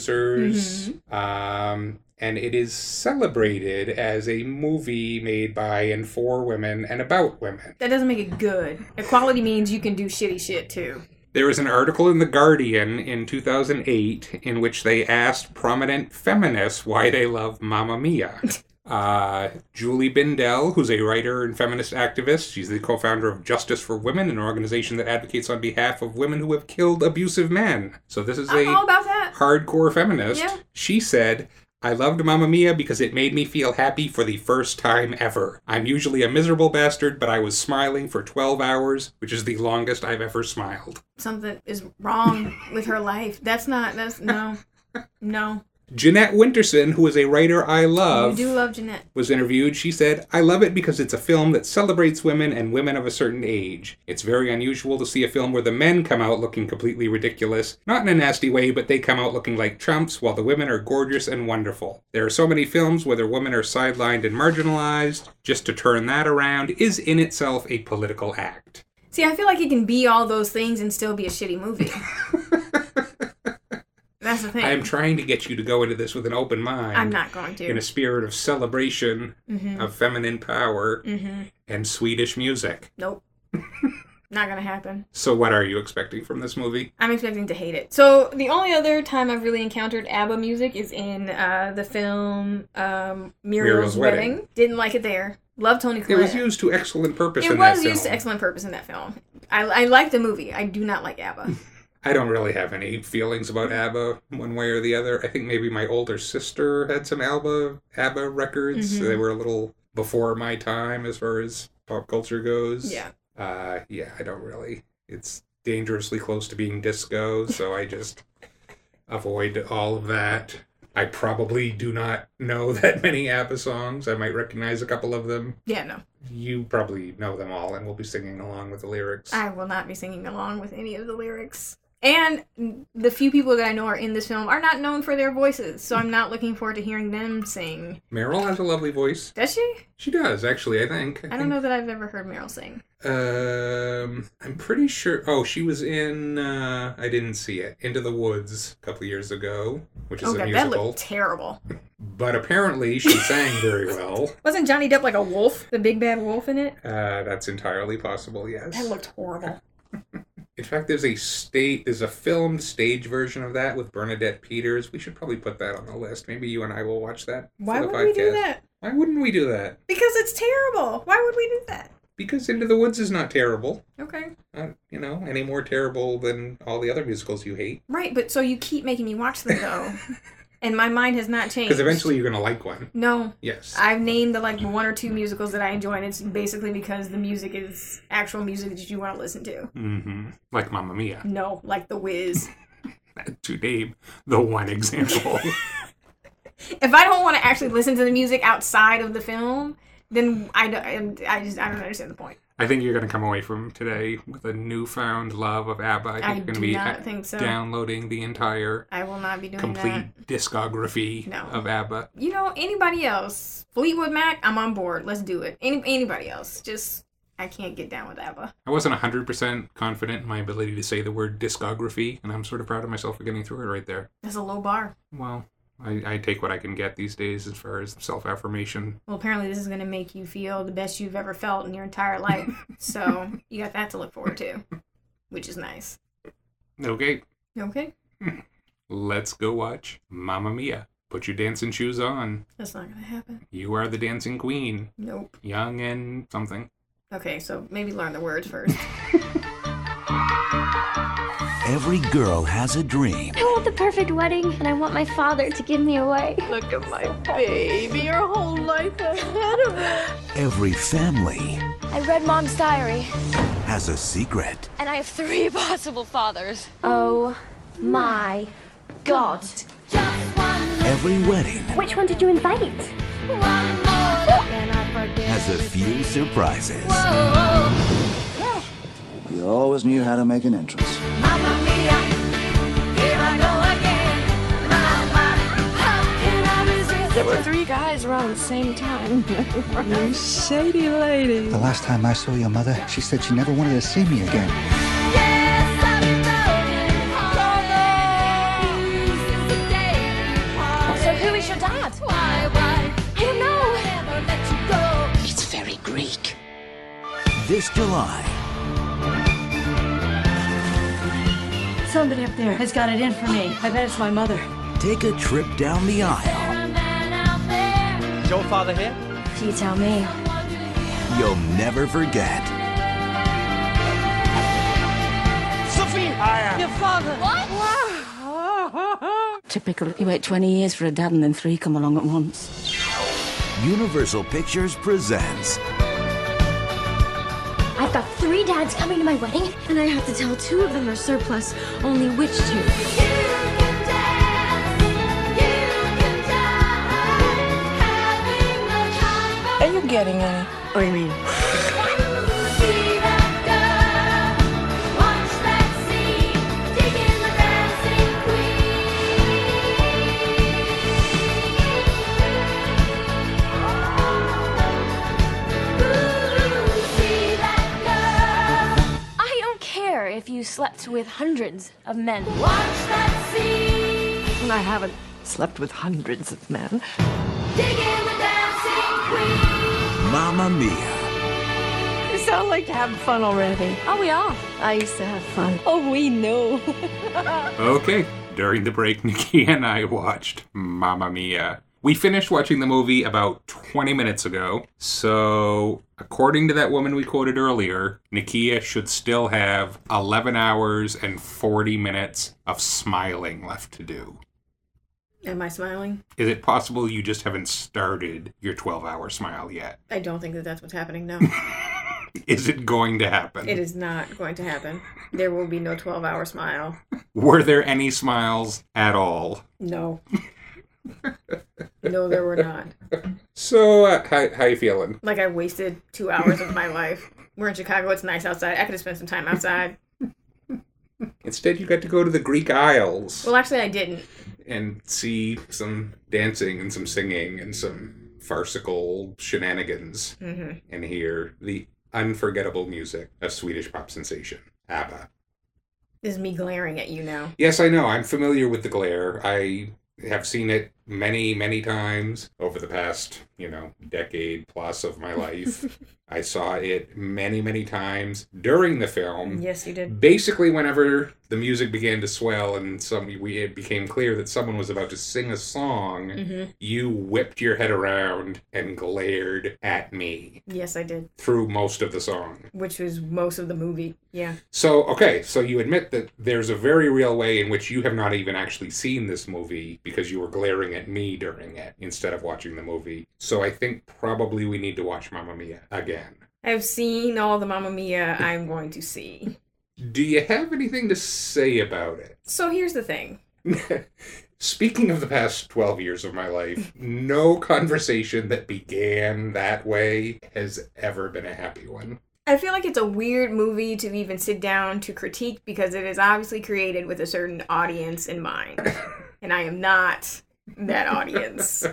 [SPEAKER 3] producers, um, and it is celebrated as a movie made by and for women and about women.
[SPEAKER 4] That doesn't make it good. Equality means you can do shitty shit too.
[SPEAKER 3] There was an article in The Guardian in 2008 in which they asked prominent feminists why they love Mamma Mia. Uh, Julie Bindel, who's a writer and feminist activist. She's the co founder of Justice for Women, an organization that advocates on behalf of women who have killed abusive men. So, this is
[SPEAKER 4] I'm
[SPEAKER 3] a
[SPEAKER 4] all about that.
[SPEAKER 3] hardcore feminist.
[SPEAKER 4] Yeah.
[SPEAKER 3] She said, I loved Mamma Mia because it made me feel happy for the first time ever. I'm usually a miserable bastard, but I was smiling for 12 hours, which is the longest I've ever smiled.
[SPEAKER 4] Something is wrong with her life. That's not. That's no, no.
[SPEAKER 3] Jeanette Winterson, who is a writer I love,
[SPEAKER 4] you do love Jeanette.
[SPEAKER 3] was interviewed. She said, I love it because it's a film that celebrates women and women of a certain age. It's very unusual to see a film where the men come out looking completely ridiculous. Not in a nasty way, but they come out looking like trumps while the women are gorgeous and wonderful. There are so many films where the women are sidelined and marginalized. Just to turn that around is in itself a political act.
[SPEAKER 4] See, I feel like it can be all those things and still be a shitty movie. That's the thing.
[SPEAKER 3] I am trying to get you to go into this with an open mind.
[SPEAKER 4] I'm not going to.
[SPEAKER 3] in a spirit of celebration
[SPEAKER 4] Mm-hmm.
[SPEAKER 3] of feminine power and Swedish music.
[SPEAKER 4] Nope. not gonna happen.
[SPEAKER 3] So, what are you expecting from this movie?
[SPEAKER 4] I'm expecting to hate it. So the only other time I've really encountered ABBA music is in uh, the film um, Muriel's,
[SPEAKER 3] Muriel's
[SPEAKER 4] Wedding.
[SPEAKER 3] Wedding.
[SPEAKER 4] Didn't like it there. Love Tony
[SPEAKER 3] It
[SPEAKER 4] Collette.
[SPEAKER 3] was used to excellent purpose
[SPEAKER 4] It
[SPEAKER 3] in
[SPEAKER 4] was
[SPEAKER 3] that
[SPEAKER 4] used to
[SPEAKER 3] film.
[SPEAKER 4] excellent purpose in that film. I, I like the movie. I do not like ABBA.
[SPEAKER 3] I don't really have any feelings about
[SPEAKER 4] Mm-hmm.
[SPEAKER 3] ABBA one way or the other. I think maybe my older sister had some ABBA ABBA records.
[SPEAKER 4] Mhm.
[SPEAKER 3] They were a little before my time as far as pop culture goes.
[SPEAKER 4] yeah.
[SPEAKER 3] Uh, yeah, I don't really. It's dangerously close to being disco, so I just avoid all of that. I probably do not know that many ABBA songs. I might recognize a couple of them.
[SPEAKER 4] Yeah, no.
[SPEAKER 3] You probably know them all and will be singing along with the lyrics.
[SPEAKER 4] I will not be singing along with any of the lyrics. And the few people that I know are in this film are not known for their voices, so I'm not looking forward to hearing them sing.
[SPEAKER 3] Meryl has a lovely voice.
[SPEAKER 4] Does she?
[SPEAKER 3] She does, actually, I think.
[SPEAKER 4] I don't know that I've ever heard Meryl sing.
[SPEAKER 3] know. Um, I'm pretty sure. Oh, she was in, uh, I didn't see it, Into the Woods a couple years ago, which is
[SPEAKER 4] Oh
[SPEAKER 3] a
[SPEAKER 4] god, that
[SPEAKER 3] musical.
[SPEAKER 4] looked terrible.
[SPEAKER 3] But apparently she sang very well.
[SPEAKER 4] Wasn't Johnny Depp like a wolf? The big bad wolf in it?
[SPEAKER 3] Uh, that's entirely possible, yes.
[SPEAKER 4] That looked horrible.
[SPEAKER 3] In fact, there's a state, there's a filmed stage version of that with Bernadette Peters. We should probably put that on the list. Maybe you and I will watch that
[SPEAKER 4] Why
[SPEAKER 3] for the
[SPEAKER 4] would
[SPEAKER 3] podcast.
[SPEAKER 4] we do that?
[SPEAKER 3] Why wouldn't we do that?
[SPEAKER 4] Because it's terrible. Why would we do that?
[SPEAKER 3] Because Into the Woods is not terrible.
[SPEAKER 4] Okay.
[SPEAKER 3] Not, you know, any more terrible than all the other musicals you hate.
[SPEAKER 4] Right, but so you keep making me watch them though. and my mind has not changed.
[SPEAKER 3] Because eventually you're going to like one.
[SPEAKER 4] No,
[SPEAKER 3] Yes.
[SPEAKER 4] I've named the like one or two musicals that I enjoy, and it's basically because the music is actual music that you want to listen to.
[SPEAKER 3] mm-hmm. Like Mamma Mia.
[SPEAKER 4] No, like The Wiz.
[SPEAKER 3] To name the one example.
[SPEAKER 4] if I don't want to actually listen to the music outside of the film, then I don't. I just I don't understand the point.
[SPEAKER 3] I think you're going to come away from today with a newfound love of ABBA. I think
[SPEAKER 4] I
[SPEAKER 3] you're going
[SPEAKER 4] do
[SPEAKER 3] to be
[SPEAKER 4] not
[SPEAKER 3] uh,
[SPEAKER 4] think so.
[SPEAKER 3] downloading the entire
[SPEAKER 4] I will not be doing that.
[SPEAKER 3] complete discography
[SPEAKER 4] No.
[SPEAKER 3] of ABBA.
[SPEAKER 4] You know, anybody else? Fleetwood Mac, I'm on board. Let's do it. Any anybody else? Just I can't get down with ABBA.
[SPEAKER 3] I wasn't 100% confident in my ability to say the word discography, and I'm sort of proud of myself for getting through it right there.
[SPEAKER 4] That's a low bar.
[SPEAKER 3] Well, I, I take what I can get these days as far as self affirmation.
[SPEAKER 4] Well, apparently this is going to make you feel the best you've ever felt in your entire life. so you got that to look forward to, which is nice.
[SPEAKER 3] Okay,
[SPEAKER 4] Okay,
[SPEAKER 3] let's go watch Mamma Mia. Put your dancing shoes on.
[SPEAKER 4] that's not going to happen.
[SPEAKER 3] You are the dancing queen,
[SPEAKER 4] Nope.
[SPEAKER 3] young and something.
[SPEAKER 4] Okay, so maybe learn the words first.
[SPEAKER 6] Every girl has a dream.
[SPEAKER 7] I want the perfect wedding, and I want my father to give me away.
[SPEAKER 8] Look at my baby, your whole life ahead of her.
[SPEAKER 6] Every family
[SPEAKER 7] I read mom's diary,
[SPEAKER 6] has a secret.
[SPEAKER 7] and I have three possible fathers. Oh my god.
[SPEAKER 6] Every wedding
[SPEAKER 7] Which one did you invite?
[SPEAKER 6] has a few surprises.
[SPEAKER 1] You always knew how to make an entrance.
[SPEAKER 7] There were three guys around the same time.
[SPEAKER 8] Shady lady.
[SPEAKER 1] The last time I saw your mother, she said she never wanted to see me again.
[SPEAKER 7] So who is your dad? You know. It's very Greek.
[SPEAKER 6] This July,
[SPEAKER 9] Somebody up there has got it in for me. I bet it's my mother.
[SPEAKER 6] take a trip down the aisle
[SPEAKER 5] Is your father here?
[SPEAKER 9] You tell me.
[SPEAKER 6] You'll never forget.
[SPEAKER 5] Sophie!
[SPEAKER 7] Your father. What?
[SPEAKER 10] Typical. You wait 20 years for a dad and then three come along at once.
[SPEAKER 6] Universal Pictures presents
[SPEAKER 11] I've got three dads coming to my wedding, and I have to tell two of them are surplus, only which two?
[SPEAKER 10] Are you getting any? What do you mean?
[SPEAKER 11] I don't care if you slept with hundreds of men.
[SPEAKER 10] I haven't slept with hundreds of men.
[SPEAKER 6] Mamma Mia.
[SPEAKER 10] You sound like you're having fun already.
[SPEAKER 11] Oh, we are.
[SPEAKER 10] I used to have fun. Oh, we know.
[SPEAKER 3] Okay, during the break, Nikki and I watched Mamma Mia. We finished watching the movie about 20 minutes ago, so according to that woman we quoted earlier, Nikia should still have 11 hours and 40 minutes of smiling left to do.
[SPEAKER 4] Am I smiling?
[SPEAKER 3] Is it possible you just haven't started your 12 hour smile yet?
[SPEAKER 4] I don't think that that's what's happening. No,
[SPEAKER 3] Is it going to happen?
[SPEAKER 4] it is not going to happen. There will be no 12 hour smile.
[SPEAKER 3] Were there any smiles at all?
[SPEAKER 4] No. no, there were not.
[SPEAKER 3] So, uh, how, how you feeling?
[SPEAKER 4] Like I wasted two hours of my life. We're in Chicago. It's nice outside. I could have spent some time outside.
[SPEAKER 3] Instead, you got to go to the Greek Isles
[SPEAKER 4] Well, actually, I didn't.
[SPEAKER 3] and see some dancing and some singing and some farcical shenanigans and hear the unforgettable music of Swedish pop sensation, ABBA.
[SPEAKER 4] This is me glaring at you now.
[SPEAKER 3] Yes, I know. I'm familiar with the glare. I have seen it many, many times over the past, you know, decade plus of my life. I saw it many, many times during the film.
[SPEAKER 4] Yes, you
[SPEAKER 3] Mm.
[SPEAKER 4] did.
[SPEAKER 3] Basically, whenever the music began to swell and some we it became clear that someone was about to sing a song, you whipped your head around and glared at me
[SPEAKER 4] Yes, I did.
[SPEAKER 3] through most of the song.
[SPEAKER 4] Which was most of the movie. Yeah.
[SPEAKER 3] So, okay, so you admit that there's a very real way in which you have not even actually seen this movie because you were glaring at me during it instead of watching the movie. So, I think probably we need to watch Mamma Mia again.
[SPEAKER 4] I've seen all the Mamma Mia I'm going to see.
[SPEAKER 3] Do you have anything to say about it?
[SPEAKER 4] So here's the thing.
[SPEAKER 3] Speaking of the past 12 years of my life, no conversation that began that way has ever been a happy one.
[SPEAKER 4] I feel like it's a weird movie to even sit down to critique because it is obviously created with a certain audience in mind. and I am not that audience.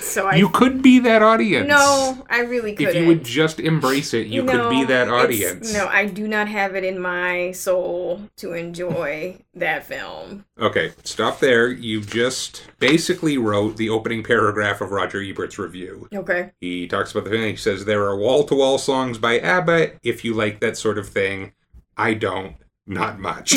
[SPEAKER 4] So I
[SPEAKER 3] You could be that audience.
[SPEAKER 4] No, I really
[SPEAKER 3] If
[SPEAKER 4] couldn't.
[SPEAKER 3] you would just embrace it, you could be
[SPEAKER 4] No,
[SPEAKER 3] that
[SPEAKER 4] it's-
[SPEAKER 3] audience.
[SPEAKER 4] No, I do not have it in my soul to enjoy that film.
[SPEAKER 3] Okay, stop there. You just basically wrote the opening paragraph of Roger Ebert's review.
[SPEAKER 4] Okay.
[SPEAKER 3] He talks about the thing. He says there are wall to wall songs by ABBA if you like that sort of thing. I don't. Not much.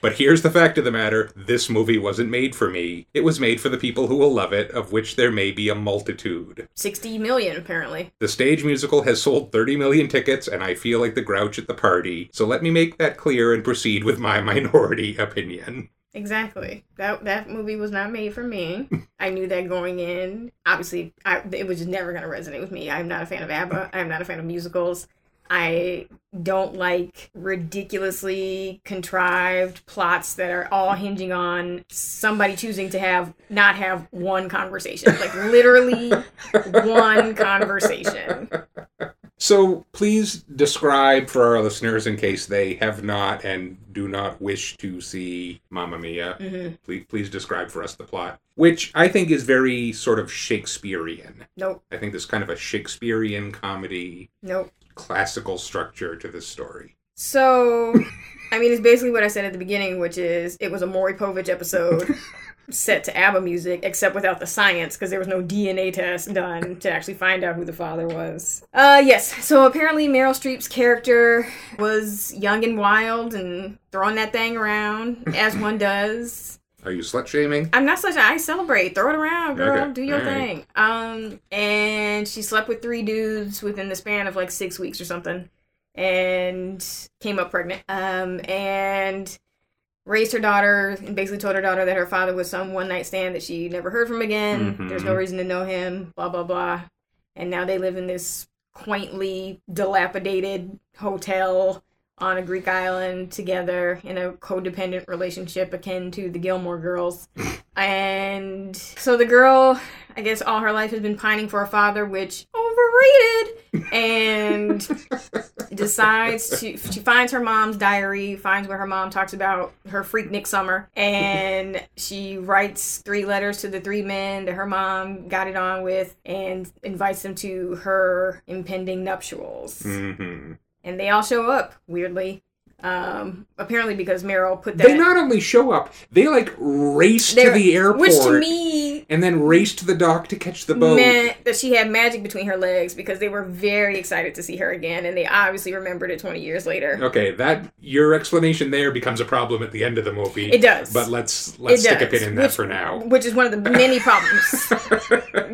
[SPEAKER 3] but here's the fact of the matter this movie wasn't made for me. It was made for the people who will love it, of which there may be a multitude.
[SPEAKER 4] 60 million, apparently.
[SPEAKER 3] The stage musical has sold 30 million tickets, and I feel like the grouch at the party, so let me make that clear and proceed with my minority opinion.
[SPEAKER 4] Exactly. That that movie was not made for me. I knew that going in. Obviously, I, it was just never going to resonate with me. I'm not a fan of ABBA. I'm not a fan of musicals. I don't like ridiculously contrived plots that are all hinging on somebody choosing to have not have one conversation, like literally one conversation.
[SPEAKER 3] So please describe for our listeners in case they have not and do not wish to see Mamma Mia.
[SPEAKER 4] Mm-hmm.
[SPEAKER 3] Please, please describe for us the plot, which I think is very sort of Shakespearean.
[SPEAKER 4] Nope,
[SPEAKER 3] I think there's kind of a Shakespearean comedy
[SPEAKER 4] nope.
[SPEAKER 3] classical structure to this story.
[SPEAKER 4] So, I mean, it's basically what I said at the beginning, which is it was a Maury Povich episode set to ABBA music, except without the science, because there was no DNA test done to actually find out who the father was. Uh, yes. So apparently, Meryl Streep's character was young and wild and throwing that thing around, as one does.
[SPEAKER 3] Are you slut shaming?
[SPEAKER 4] I'm not such. I celebrate. Throw it around, girl.
[SPEAKER 3] Okay.
[SPEAKER 4] Do your
[SPEAKER 3] All right.
[SPEAKER 4] thing. Um, and she slept with three dudes within the span of like six weeks or something, and came up pregnant. Um, and raised her daughter and basically told her daughter that her father was some one night stand that she never heard from again.
[SPEAKER 3] Mm-hmm.
[SPEAKER 12] Mhm.
[SPEAKER 4] There's no reason to know him. Blah blah blah. And now they live in this quaintly dilapidated hotel on a Greek island together in a codependent relationship akin to the Gilmore girls. and so the girl, I guess all her life has been pining for a father, which overrated, and decides to, she finds her mom's diary, finds where her mom talks about her freak Nick Summer, and she writes three letters to the three men that her mom got it on with and invites them to her impending nuptials
[SPEAKER 3] Mm-hmm.
[SPEAKER 4] and they all show up weirdly. Um, apparently because Meryl put that
[SPEAKER 3] They not only show up, they like race to
[SPEAKER 4] They're-
[SPEAKER 3] the airport,
[SPEAKER 4] which to me
[SPEAKER 3] and then race to the dock to catch the boat.
[SPEAKER 4] meant that she had magic between her legs because they were very excited to see her again, and they obviously remembered it 20 years later.
[SPEAKER 3] Okay, that your explanation there becomes a problem at the end of the movie.
[SPEAKER 4] It does.
[SPEAKER 3] But let's let's
[SPEAKER 4] It
[SPEAKER 3] stick a
[SPEAKER 4] does,
[SPEAKER 3] pin in that for now.
[SPEAKER 4] Which is one of the many problems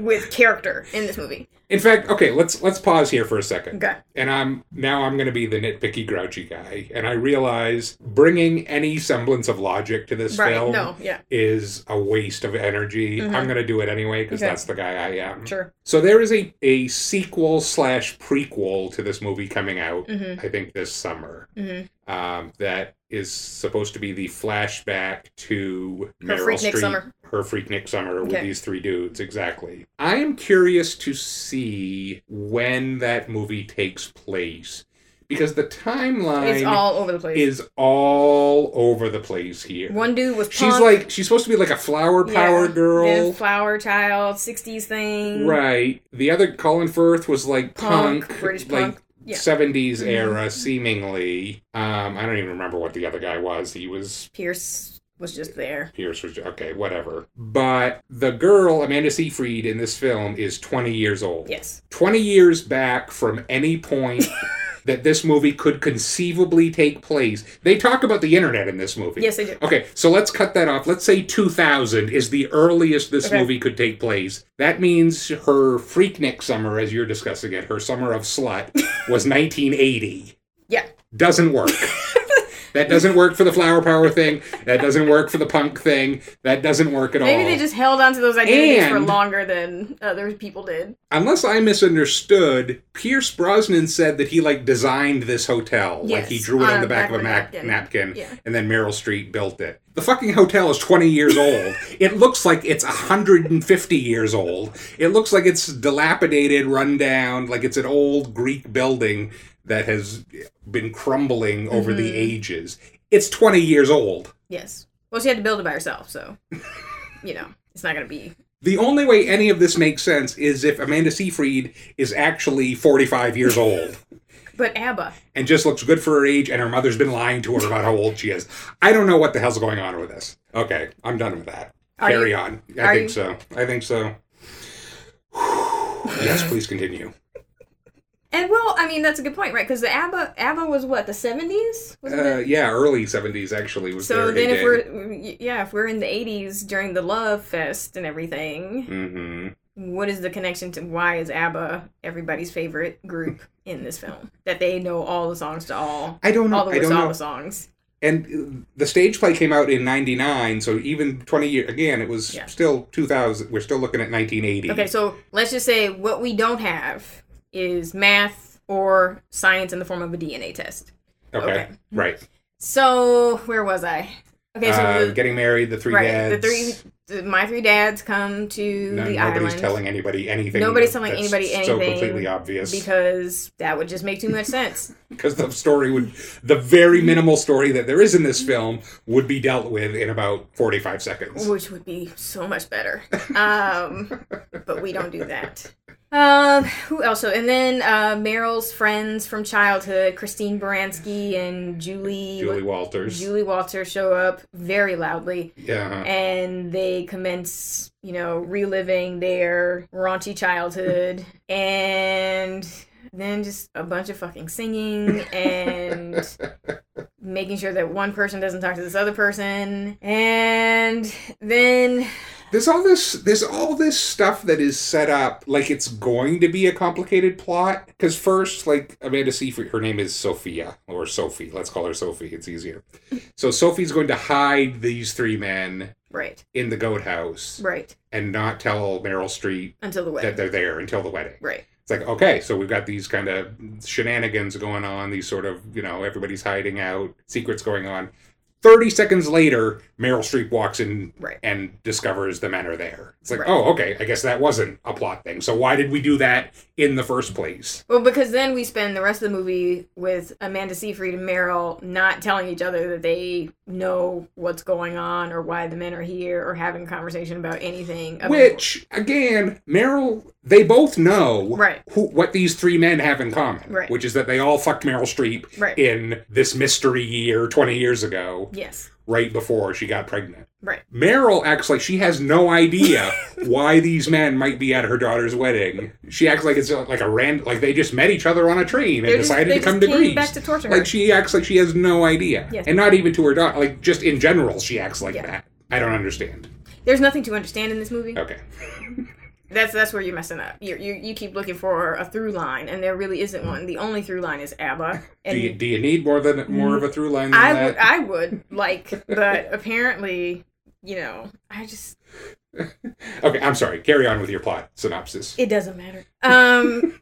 [SPEAKER 4] with character in this movie.
[SPEAKER 3] In fact, okay, let's let's pause here for a second.
[SPEAKER 4] Okay.
[SPEAKER 3] And I'm now I'm going to be the nitpicky grouchy guy, and I realize bringing any semblance of logic to this
[SPEAKER 4] Right,
[SPEAKER 3] film
[SPEAKER 4] no, yeah.
[SPEAKER 3] is a waste of energy.
[SPEAKER 4] Mhm.
[SPEAKER 3] I'm going to do it anyway because
[SPEAKER 4] Okay.
[SPEAKER 3] that's the guy I am.
[SPEAKER 4] Sure.
[SPEAKER 3] So there is a a sequel slash prequel to this movie coming out.
[SPEAKER 4] Mhm.
[SPEAKER 3] I think this summer.
[SPEAKER 4] Mm-hmm.
[SPEAKER 3] um, that is supposed to be the flashback to
[SPEAKER 4] Her
[SPEAKER 3] Meryl
[SPEAKER 4] Freak Nick
[SPEAKER 3] Streep-
[SPEAKER 4] Summer.
[SPEAKER 3] her Freak Nick Summer with
[SPEAKER 4] Okay.
[SPEAKER 3] these three dudes. Exactly. I am curious to see when that movie takes place because the timeline
[SPEAKER 4] It's all over the place.
[SPEAKER 3] is all over the place here.
[SPEAKER 4] one dude was
[SPEAKER 3] she's
[SPEAKER 4] punk,
[SPEAKER 3] like she's supposed to be like a flower power
[SPEAKER 4] yeah,
[SPEAKER 3] girl.
[SPEAKER 4] then flower child, 60s thing.
[SPEAKER 3] Right. The other Colin Firth was like
[SPEAKER 4] Punk,
[SPEAKER 3] punk,
[SPEAKER 4] British
[SPEAKER 3] like
[SPEAKER 4] punk. Yeah.
[SPEAKER 3] 70s
[SPEAKER 4] Mhm.
[SPEAKER 3] era, seemingly. Um, I don't even remember what the other guy was. He was
[SPEAKER 4] Pierce was just there.
[SPEAKER 3] Pierce was okay, whatever. But the girl Amanda Seyfried in this film is 20 years old.
[SPEAKER 4] Yes.
[SPEAKER 3] 20 years back from any point that this movie could conceivably take place. They talk about the internet in this movie.
[SPEAKER 4] Yes, they do.
[SPEAKER 3] Okay, so let's cut that off. Let's say 2000 is the earliest this
[SPEAKER 4] Okay.
[SPEAKER 3] movie could take place. That means her Freaknik summer, as you're discussing it, her summer of slut, was 1980.
[SPEAKER 4] Yeah.
[SPEAKER 3] Doesn't work. that doesn't work for the flower power thing. That doesn't work for the punk thing. That doesn't work at
[SPEAKER 4] Maybe
[SPEAKER 3] all.
[SPEAKER 4] they just held on to those identities for
[SPEAKER 3] And-
[SPEAKER 4] longer than other people did.
[SPEAKER 3] Unless I misunderstood, Pierce Brosnan said that he like designed this hotel, like
[SPEAKER 4] Yes,
[SPEAKER 3] he drew it
[SPEAKER 4] on
[SPEAKER 3] on
[SPEAKER 4] a
[SPEAKER 3] the back of a
[SPEAKER 4] backward
[SPEAKER 3] mac- napkin,
[SPEAKER 4] napkin. Yeah.
[SPEAKER 3] and then Meryl Streep built it. The fucking hotel is 20 years old. it looks like it's 150 years old. It looks like it's dilapidated, run down, like it's an old Greek building that has been crumbling over the
[SPEAKER 4] Mhm.
[SPEAKER 3] ages. It's 20 years old.
[SPEAKER 4] Yes. Well, she had to build it by herself, so you know it's not gonna be.
[SPEAKER 3] The only way any of this makes sense is if Amanda Seyfried is actually 45 years old.
[SPEAKER 4] But ABBA,
[SPEAKER 3] and just looks good for her age, and her mother's been lying to her about how old she is. I don't know what the hell's going on with this. Okay, I'm done with that.
[SPEAKER 4] Are
[SPEAKER 3] Carry
[SPEAKER 4] you-
[SPEAKER 3] on.
[SPEAKER 4] are
[SPEAKER 3] I think
[SPEAKER 4] you-
[SPEAKER 3] so. I think so. yes, please continue.
[SPEAKER 4] and well, I mean that's a good point, right? Because the ABBA ABBA was what the seventies.
[SPEAKER 3] Uh, yeah, early 70s actually was
[SPEAKER 4] So
[SPEAKER 3] their
[SPEAKER 4] then, if
[SPEAKER 3] heyday.
[SPEAKER 4] we're yeah, if we're in the eighties during the Love Fest and everything,
[SPEAKER 3] Mhm.
[SPEAKER 4] what is the connection to why is ABBA everybody's favorite group in this film that they know all the songs to all?
[SPEAKER 3] I don't know.
[SPEAKER 4] All the
[SPEAKER 3] I
[SPEAKER 4] words
[SPEAKER 3] don't
[SPEAKER 4] to all
[SPEAKER 3] know.
[SPEAKER 4] the songs.
[SPEAKER 3] And uh, the stage play came out in 99, so even 20 years, again, it was
[SPEAKER 4] Yeah.
[SPEAKER 3] still 2000, we're still looking at 1980.
[SPEAKER 4] Okay, so let's just say what we don't have is math or science in the form of a DNA test.
[SPEAKER 3] Okay, right.
[SPEAKER 4] So where was I? Okay, so
[SPEAKER 3] uh,
[SPEAKER 4] the,
[SPEAKER 3] getting married, the three
[SPEAKER 4] right,
[SPEAKER 3] dads.
[SPEAKER 4] the three, the, my three dads come to
[SPEAKER 3] No-
[SPEAKER 4] the
[SPEAKER 3] nobody's
[SPEAKER 4] island.
[SPEAKER 3] telling anybody anything.
[SPEAKER 4] Nobody's telling
[SPEAKER 3] That's
[SPEAKER 4] anybody
[SPEAKER 3] So
[SPEAKER 4] anything.
[SPEAKER 3] completely obvious
[SPEAKER 4] because that would just make too much sense.
[SPEAKER 3] because the story would, the very minimal story that there is in this film would be dealt with in about forty-five seconds.
[SPEAKER 4] which would be so much better. Um, but we don't do that. Um, who else? So, and then uh, Meryl's friends from childhood, Christine Baranski and Julie
[SPEAKER 3] Julie Walters.
[SPEAKER 4] Julie Walter show up very loudly.
[SPEAKER 3] Yeah.
[SPEAKER 4] And they commence, you know, reliving their raunchy childhood. and then just a bunch of fucking singing and making sure that one person doesn't talk to this other person, and then
[SPEAKER 3] There's all this there's all this stuff that is set up like it's going to be a complicated plot. Because first, like Amanda Seyfried, her name is Sophia or Sophie. Let's call her Sophie. It's easier. So Sophie's going to hide these three men
[SPEAKER 4] right,
[SPEAKER 3] in the goat house
[SPEAKER 4] right
[SPEAKER 3] and not tell Meryl Streep
[SPEAKER 4] until the
[SPEAKER 3] that
[SPEAKER 4] wedding,
[SPEAKER 3] they're there until the wedding.
[SPEAKER 4] right,
[SPEAKER 3] It's like okay, so we've got these kind of shenanigans going on. These sort of you know everybody's hiding out, secrets going on. Thirty seconds later, Meryl Streep walks in
[SPEAKER 4] right,
[SPEAKER 3] and discovers the men are there. It's like,
[SPEAKER 4] Right.
[SPEAKER 3] oh, okay, I guess that wasn't a plot thing. So why did we do that in the first place?
[SPEAKER 4] Well, because then we spend the rest of the movie with Amanda Seyfried and Meryl not telling each other that they know what's going on or why the men are here or having a conversation about anything. of
[SPEAKER 3] Which, again, Meryl, they both know
[SPEAKER 4] Right.
[SPEAKER 3] who, what these three men have in common,
[SPEAKER 4] Right.
[SPEAKER 3] which is that they all fucked Meryl Streep
[SPEAKER 4] Right.
[SPEAKER 3] in this mystery year 20 years ago,
[SPEAKER 4] importance. Yes.
[SPEAKER 3] right before she got pregnant.
[SPEAKER 4] Right.
[SPEAKER 3] Meryl acts like she has no idea why these men might be at her daughter's wedding. She acts like it's uh, like a random, like they just met each other on a train and
[SPEAKER 4] They're just-
[SPEAKER 3] decided
[SPEAKER 4] they
[SPEAKER 3] to come
[SPEAKER 4] just
[SPEAKER 3] to
[SPEAKER 4] came
[SPEAKER 3] Greece.
[SPEAKER 4] back to torture
[SPEAKER 3] like
[SPEAKER 4] her.
[SPEAKER 3] she acts like she has no idea,
[SPEAKER 4] Yes.
[SPEAKER 3] and not even to her daughter. Like just in general, she acts like
[SPEAKER 4] Yeah.
[SPEAKER 3] that. I don't understand.
[SPEAKER 4] There's nothing to understand in this movie.
[SPEAKER 3] Okay,
[SPEAKER 4] That's that's where you're messing up. You you you keep looking for a through line, and there really isn't one. The only through line is ABBA. And Mm-hmm.
[SPEAKER 3] do you, do you need more than more of a through line than
[SPEAKER 4] I
[SPEAKER 3] that?
[SPEAKER 4] would I would like, but apparently, you know, I just
[SPEAKER 3] okay, I'm sorry. Carry on with your plot synopsis.
[SPEAKER 4] It doesn't matter. Um,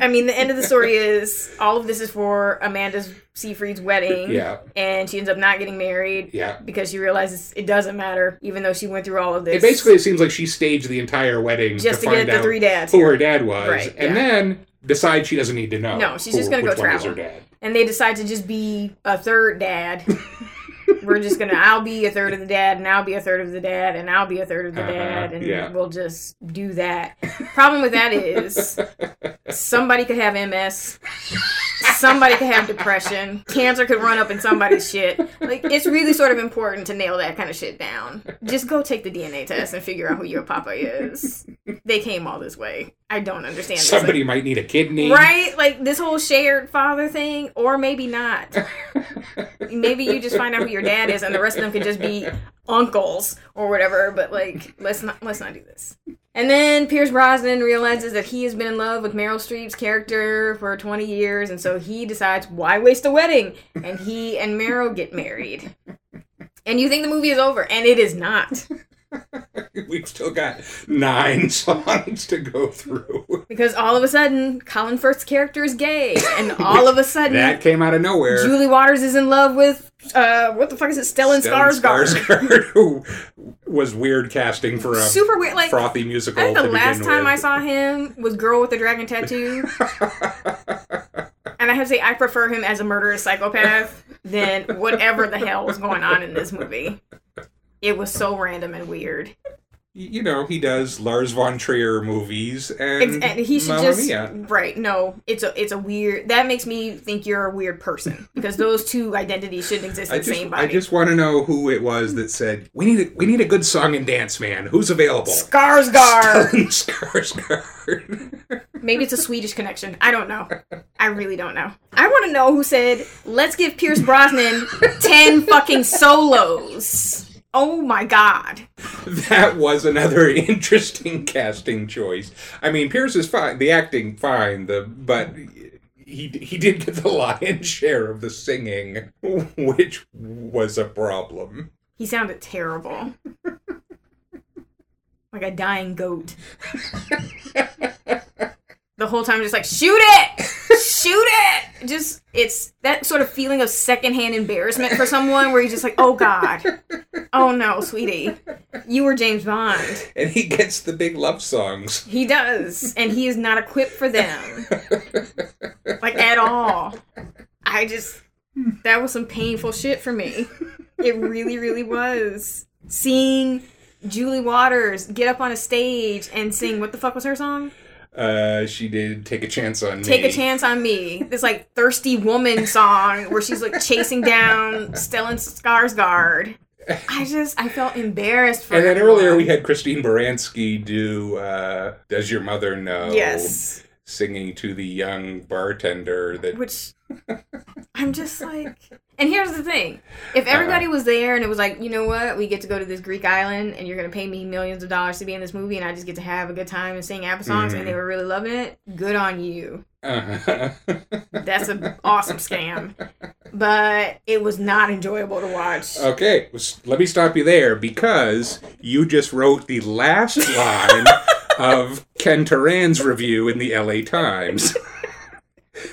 [SPEAKER 4] I mean, the end of the story is all of this is for Amanda's Seyfried's wedding.
[SPEAKER 3] Yeah.
[SPEAKER 4] And she ends up not getting married
[SPEAKER 3] yeah.
[SPEAKER 4] because she realizes it doesn't matter, even though she went through all of this.
[SPEAKER 3] It basically seems like she staged the entire wedding
[SPEAKER 4] Just
[SPEAKER 3] to,
[SPEAKER 4] to get
[SPEAKER 3] find
[SPEAKER 4] the
[SPEAKER 3] out
[SPEAKER 4] three dads
[SPEAKER 3] who
[SPEAKER 4] here.
[SPEAKER 3] her dad was,
[SPEAKER 4] Right,
[SPEAKER 3] and
[SPEAKER 4] yeah.
[SPEAKER 3] then decide she doesn't need to know.
[SPEAKER 4] No, she's just gonna go
[SPEAKER 3] which one was
[SPEAKER 4] travel.
[SPEAKER 3] her dad.
[SPEAKER 4] and they decide to just be a third dad. We're just gonna. I'll be a third of the dad, and I'll be a third of the dad, and I'll be a third of the
[SPEAKER 3] Uh-huh,
[SPEAKER 4] dad, and
[SPEAKER 3] yeah.
[SPEAKER 4] we'll just do that. Problem with that is somebody could have MS. Somebody could have depression. Cancer could run up in somebody's shit. Like it's really sort of important to nail that kind of shit down. Just go take the DNA test and figure out who your papa is. They came all this way. I don't understand. this. Like,
[SPEAKER 3] Somebody might need a kidney.
[SPEAKER 4] Right? Like this whole shared father thing, or maybe not. maybe you just find out who your dad is and the rest of them could just be uncles or whatever, but like let's not let's not do this. And then Pierce Brosnan realizes that he has been in love with Meryl Streep's character for 20 years, and so he decides, why waste a wedding? And he and Meryl get married. And you think the movie is over, and it is not.
[SPEAKER 3] We've still got nine songs to go through.
[SPEAKER 4] Because all of a sudden, Colin Firth's character is gay, and all of a sudden,
[SPEAKER 3] That came out of nowhere.
[SPEAKER 4] Julie Waters is in love with uh what the fuck is it? Stellan,
[SPEAKER 3] Stellan
[SPEAKER 4] Skarsgård.
[SPEAKER 3] Skarsgård, who was weird casting for a
[SPEAKER 4] Super weird. Like
[SPEAKER 3] frothy
[SPEAKER 4] I
[SPEAKER 3] musical.
[SPEAKER 4] think the
[SPEAKER 3] to begin
[SPEAKER 4] last time
[SPEAKER 3] with.
[SPEAKER 4] I saw him was Girl with the Dragon Tattoo. and I have to say I prefer him as a murderous psychopath than whatever the hell was going on in this movie. It was so random and weird.
[SPEAKER 3] you know, he does Lars von Trier movies,
[SPEAKER 4] It's,
[SPEAKER 3] and,
[SPEAKER 4] and he should
[SPEAKER 3] Mm-hmm. Mamma
[SPEAKER 4] just
[SPEAKER 3] Mia.
[SPEAKER 4] right. No, it's a it's a weird. That makes me think you're a weird person because those two identities shouldn't exist in
[SPEAKER 3] I
[SPEAKER 4] the
[SPEAKER 3] just,
[SPEAKER 4] same
[SPEAKER 3] I
[SPEAKER 4] body.
[SPEAKER 3] just want to know who it was that said we need a, we need a good song and dance man. Who's available?
[SPEAKER 4] Skarsgård.
[SPEAKER 3] Skarsgård.
[SPEAKER 4] Maybe it's a Swedish connection. I don't know. I really don't know. I want to know who said, let's give Pierce Brosnan 10 fucking solos. Oh my god.
[SPEAKER 3] that was another interesting casting choice. I mean, Pierce is fine, the acting fine, the but he he did get the lion's share of the singing, which was a problem.
[SPEAKER 4] He sounded terrible. Like a dying goat. the whole time, just like, shoot it! Shoot it! Just, it's that sort of feeling of secondhand embarrassment for someone where you're just like, oh god. Oh no, sweetie. You were James Bond.
[SPEAKER 3] And he gets the big love songs.
[SPEAKER 4] He does, and he is not equipped for them, like at all. I just that was some painful shit for me. It really, really was. Seeing Julie Waters get up on a stage and sing what the fuck was her song?
[SPEAKER 3] Uh, she did take a chance on me.
[SPEAKER 4] Take a chance on me. This like thirsty woman song where she's like chasing down Stellan Skarsgård. I just I felt embarrassed for.
[SPEAKER 3] And then
[SPEAKER 4] everyone.
[SPEAKER 3] earlier we had Christine Baranski do uh, "Does Your Mother Know?"
[SPEAKER 4] yes.
[SPEAKER 3] singing to the young bartender that
[SPEAKER 4] Which I'm just like. And here's the thing: if
[SPEAKER 3] Uh-huh.
[SPEAKER 4] everybody was there and it was like, you know what, we get to go to this Greek island, and you're gonna pay me millions of dollars to be in this movie, and I just get to have a good time and sing ABBA songs,
[SPEAKER 3] Mhm.
[SPEAKER 4] and they were really loving it. Good on you.
[SPEAKER 3] uh
[SPEAKER 4] That's an awesome scam. But it was not enjoyable to watch.
[SPEAKER 3] Okay, s- let me stop you there because you just wrote the last line of Ken Turan's review in the LA Times.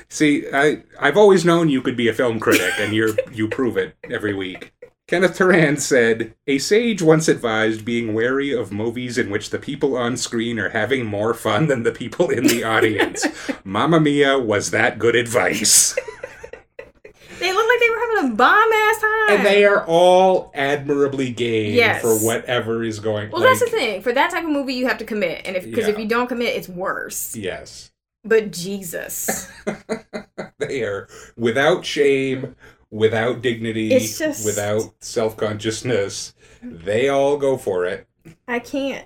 [SPEAKER 3] See, I I've always known you could be a film critic and you're you prove it every week. Kenneth Turan said, "A sage once advised being wary of movies in which the people on screen are having more fun than the people in the audience. Mamma Mia, was that good advice?"
[SPEAKER 4] They looked like they were having a bomb ass time.
[SPEAKER 3] and they are all admirably game
[SPEAKER 4] Yes.
[SPEAKER 3] for whatever is going.
[SPEAKER 4] Well, that's the thing. For that type of movie, you have to commit, and if because if
[SPEAKER 3] Yeah.
[SPEAKER 4] you don't commit, it's worse.
[SPEAKER 3] Yes,
[SPEAKER 4] But Jesus,
[SPEAKER 3] they are without shame, without dignity,
[SPEAKER 4] It's just-
[SPEAKER 3] without self consciousness. They all go for it.
[SPEAKER 4] I can't.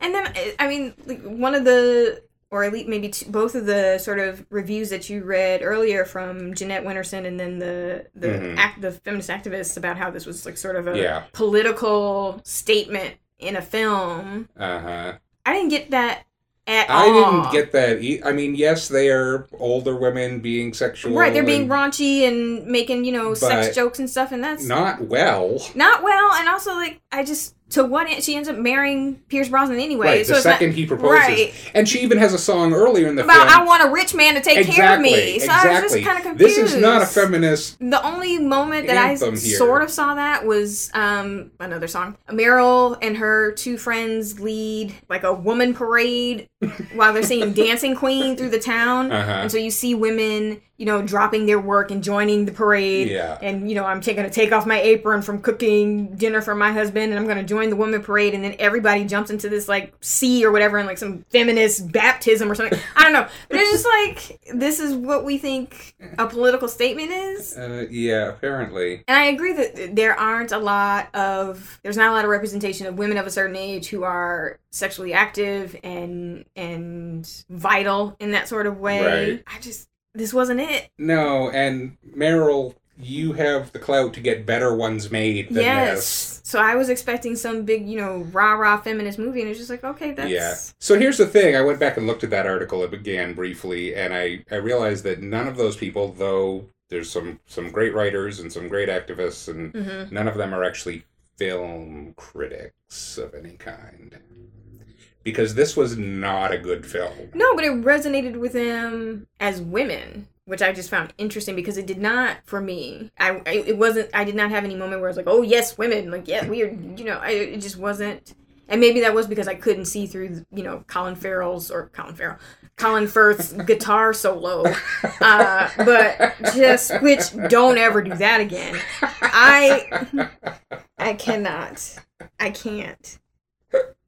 [SPEAKER 4] And then eh, I- I mean, like, one of the or at least maybe two, both of the sort of reviews that you read earlier from Jeanette Winterson and then the the
[SPEAKER 3] Mhm.
[SPEAKER 4] act, the feminist activists about how this was like sort of a
[SPEAKER 3] Yeah.
[SPEAKER 4] political statement in a film.
[SPEAKER 3] Uh huh.
[SPEAKER 4] I didn't get that at
[SPEAKER 3] I
[SPEAKER 4] all.
[SPEAKER 3] didn't get that. E- I mean, yes, they are older women being sexual.
[SPEAKER 4] right. They're being
[SPEAKER 3] and
[SPEAKER 4] raunchy and making you know
[SPEAKER 3] But
[SPEAKER 4] sex jokes and stuff, and that's
[SPEAKER 3] Not well.
[SPEAKER 4] not well, and also like I just to what end, she ends up marrying Pierce Brosnan anyway.
[SPEAKER 3] right. The
[SPEAKER 4] it's not-
[SPEAKER 3] second he proposes,
[SPEAKER 4] right?
[SPEAKER 3] and she even has a song earlier in the
[SPEAKER 4] About
[SPEAKER 3] film.
[SPEAKER 4] I want a rich man to take care of me, so I was just kind of confused.
[SPEAKER 3] This is not a feminist.
[SPEAKER 4] the only moment that I
[SPEAKER 3] anthem here.
[SPEAKER 4] sort of saw that was um, another song. Meryl and her two friends lead like a woman parade while they're singing "Dancing Queen" through the town,
[SPEAKER 3] Uh-huh.
[SPEAKER 4] and so you see women, you know, dropping their work and joining the parade.
[SPEAKER 3] Yeah.
[SPEAKER 4] And you know, I'm taking to take off my apron from cooking dinner for my husband, and I'm going to join the woman parade, and then everybody jumps into this like sea or whatever, and like some feminist baptism or something. I don't know. But it's just like this is what we think a political statement is.
[SPEAKER 3] Uh, yeah, apparently.
[SPEAKER 4] And I agree that there aren't a lot of there's not a lot of representation of women of a certain age who are sexually active and and vital in that sort of way.
[SPEAKER 3] Right.
[SPEAKER 4] I just this wasn't it.
[SPEAKER 3] No, and Meryl, you have the clout to get better ones made than
[SPEAKER 4] yes. So I was expecting some big, you know, rah rah feminist movie, and it's just like, okay,
[SPEAKER 3] this.
[SPEAKER 4] that's
[SPEAKER 3] Yeah. So here's the thing. I went back and looked at that article again briefly, and I, I realized that none of those people, though there's some, some great writers and some great activists, and
[SPEAKER 4] Mhm.
[SPEAKER 3] none of them are actually film critics of any kind. Because this was not a good film.
[SPEAKER 4] No, but it resonated with them as women, which I just found interesting because it did not for me. I I- it wasn't. I did not have any moment where I was like, oh yes, women. Like yeah, we are. You know, I, it just wasn't. And maybe that was because I couldn't see through, you know, Colin Farrell's or Colin Farrell, Colin Firth's guitar solo. Uh, but just which don't ever do that again. I I cannot. I can't.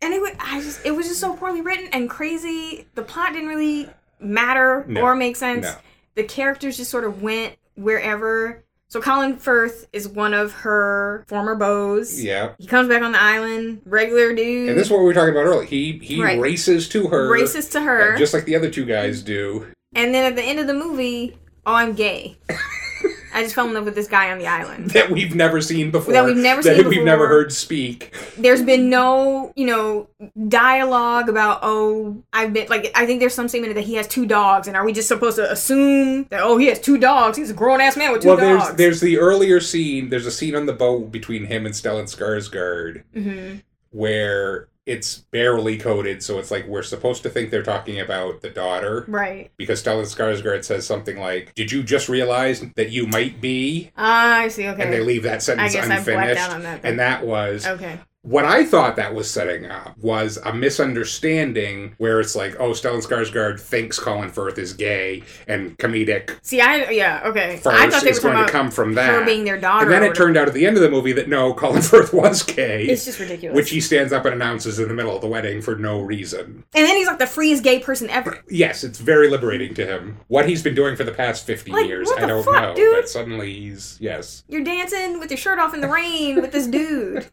[SPEAKER 4] And it was, I just, it was just so poorly written and crazy. The plot didn't really matter
[SPEAKER 3] No.
[SPEAKER 4] or make sense.
[SPEAKER 3] No.
[SPEAKER 4] The characters just sort of went wherever. So Colin Firth is one of her former beaus.
[SPEAKER 3] Yeah.
[SPEAKER 4] He comes back on the island, regular dude.
[SPEAKER 3] And this is what we were talking about earlier. He he
[SPEAKER 4] Right.
[SPEAKER 3] races to her.
[SPEAKER 4] Races to her.
[SPEAKER 3] uh, Just like the other two guys do.
[SPEAKER 4] and then at the end of the movie, oh, I'm gay. I just fell in love with this guy on the island.
[SPEAKER 3] that we've never seen before.
[SPEAKER 4] That we've never
[SPEAKER 3] that
[SPEAKER 4] seen
[SPEAKER 3] we've
[SPEAKER 4] before.
[SPEAKER 3] never heard speak.
[SPEAKER 4] there's been no you know dialogue about oh i've been like i think there's some statement that he has two dogs and are we just supposed to assume that oh he has two dogs he's a grown-ass man with two
[SPEAKER 3] well,
[SPEAKER 4] dogs
[SPEAKER 3] there's there's the earlier scene. There's a scene on the boat between him and Stellan Skarsgård
[SPEAKER 4] Mhm.
[SPEAKER 3] where it's barely coded, so it's like we're supposed to think they're talking about the daughter
[SPEAKER 4] right
[SPEAKER 3] because Stellan Skarsgård says something like, "Did you just realize that you might be?"
[SPEAKER 4] ah i see okay
[SPEAKER 3] And they leave that sentence
[SPEAKER 4] guess I blacked out
[SPEAKER 3] unfinished.
[SPEAKER 4] on that then.
[SPEAKER 3] and that was
[SPEAKER 4] okay
[SPEAKER 3] What I thought that was setting up was a misunderstanding where it's like, oh, Stellan Skarsgård thinks Colin Firth is gay, and comedic
[SPEAKER 4] see i yeah okay i thought
[SPEAKER 3] first
[SPEAKER 4] they were
[SPEAKER 3] is
[SPEAKER 4] talking
[SPEAKER 3] going to
[SPEAKER 4] about
[SPEAKER 3] come from that.
[SPEAKER 4] her being their daughter
[SPEAKER 3] and then
[SPEAKER 4] or
[SPEAKER 3] it turned out at the end of the movie that no, Colin Firth was gay.
[SPEAKER 4] it's just ridiculous
[SPEAKER 3] Which he stands up and announces in the middle of the wedding for no reason.
[SPEAKER 4] and then he's like the freest gay person ever
[SPEAKER 3] Yes, it's very liberating to him. What he's been doing for the past 50
[SPEAKER 4] Like,
[SPEAKER 3] years,
[SPEAKER 4] what
[SPEAKER 3] I
[SPEAKER 4] the
[SPEAKER 3] don't
[SPEAKER 4] fuck,
[SPEAKER 3] know.
[SPEAKER 4] dude?
[SPEAKER 3] But suddenly he's, yes.
[SPEAKER 4] you're dancing with your shirt off in the rain with this dude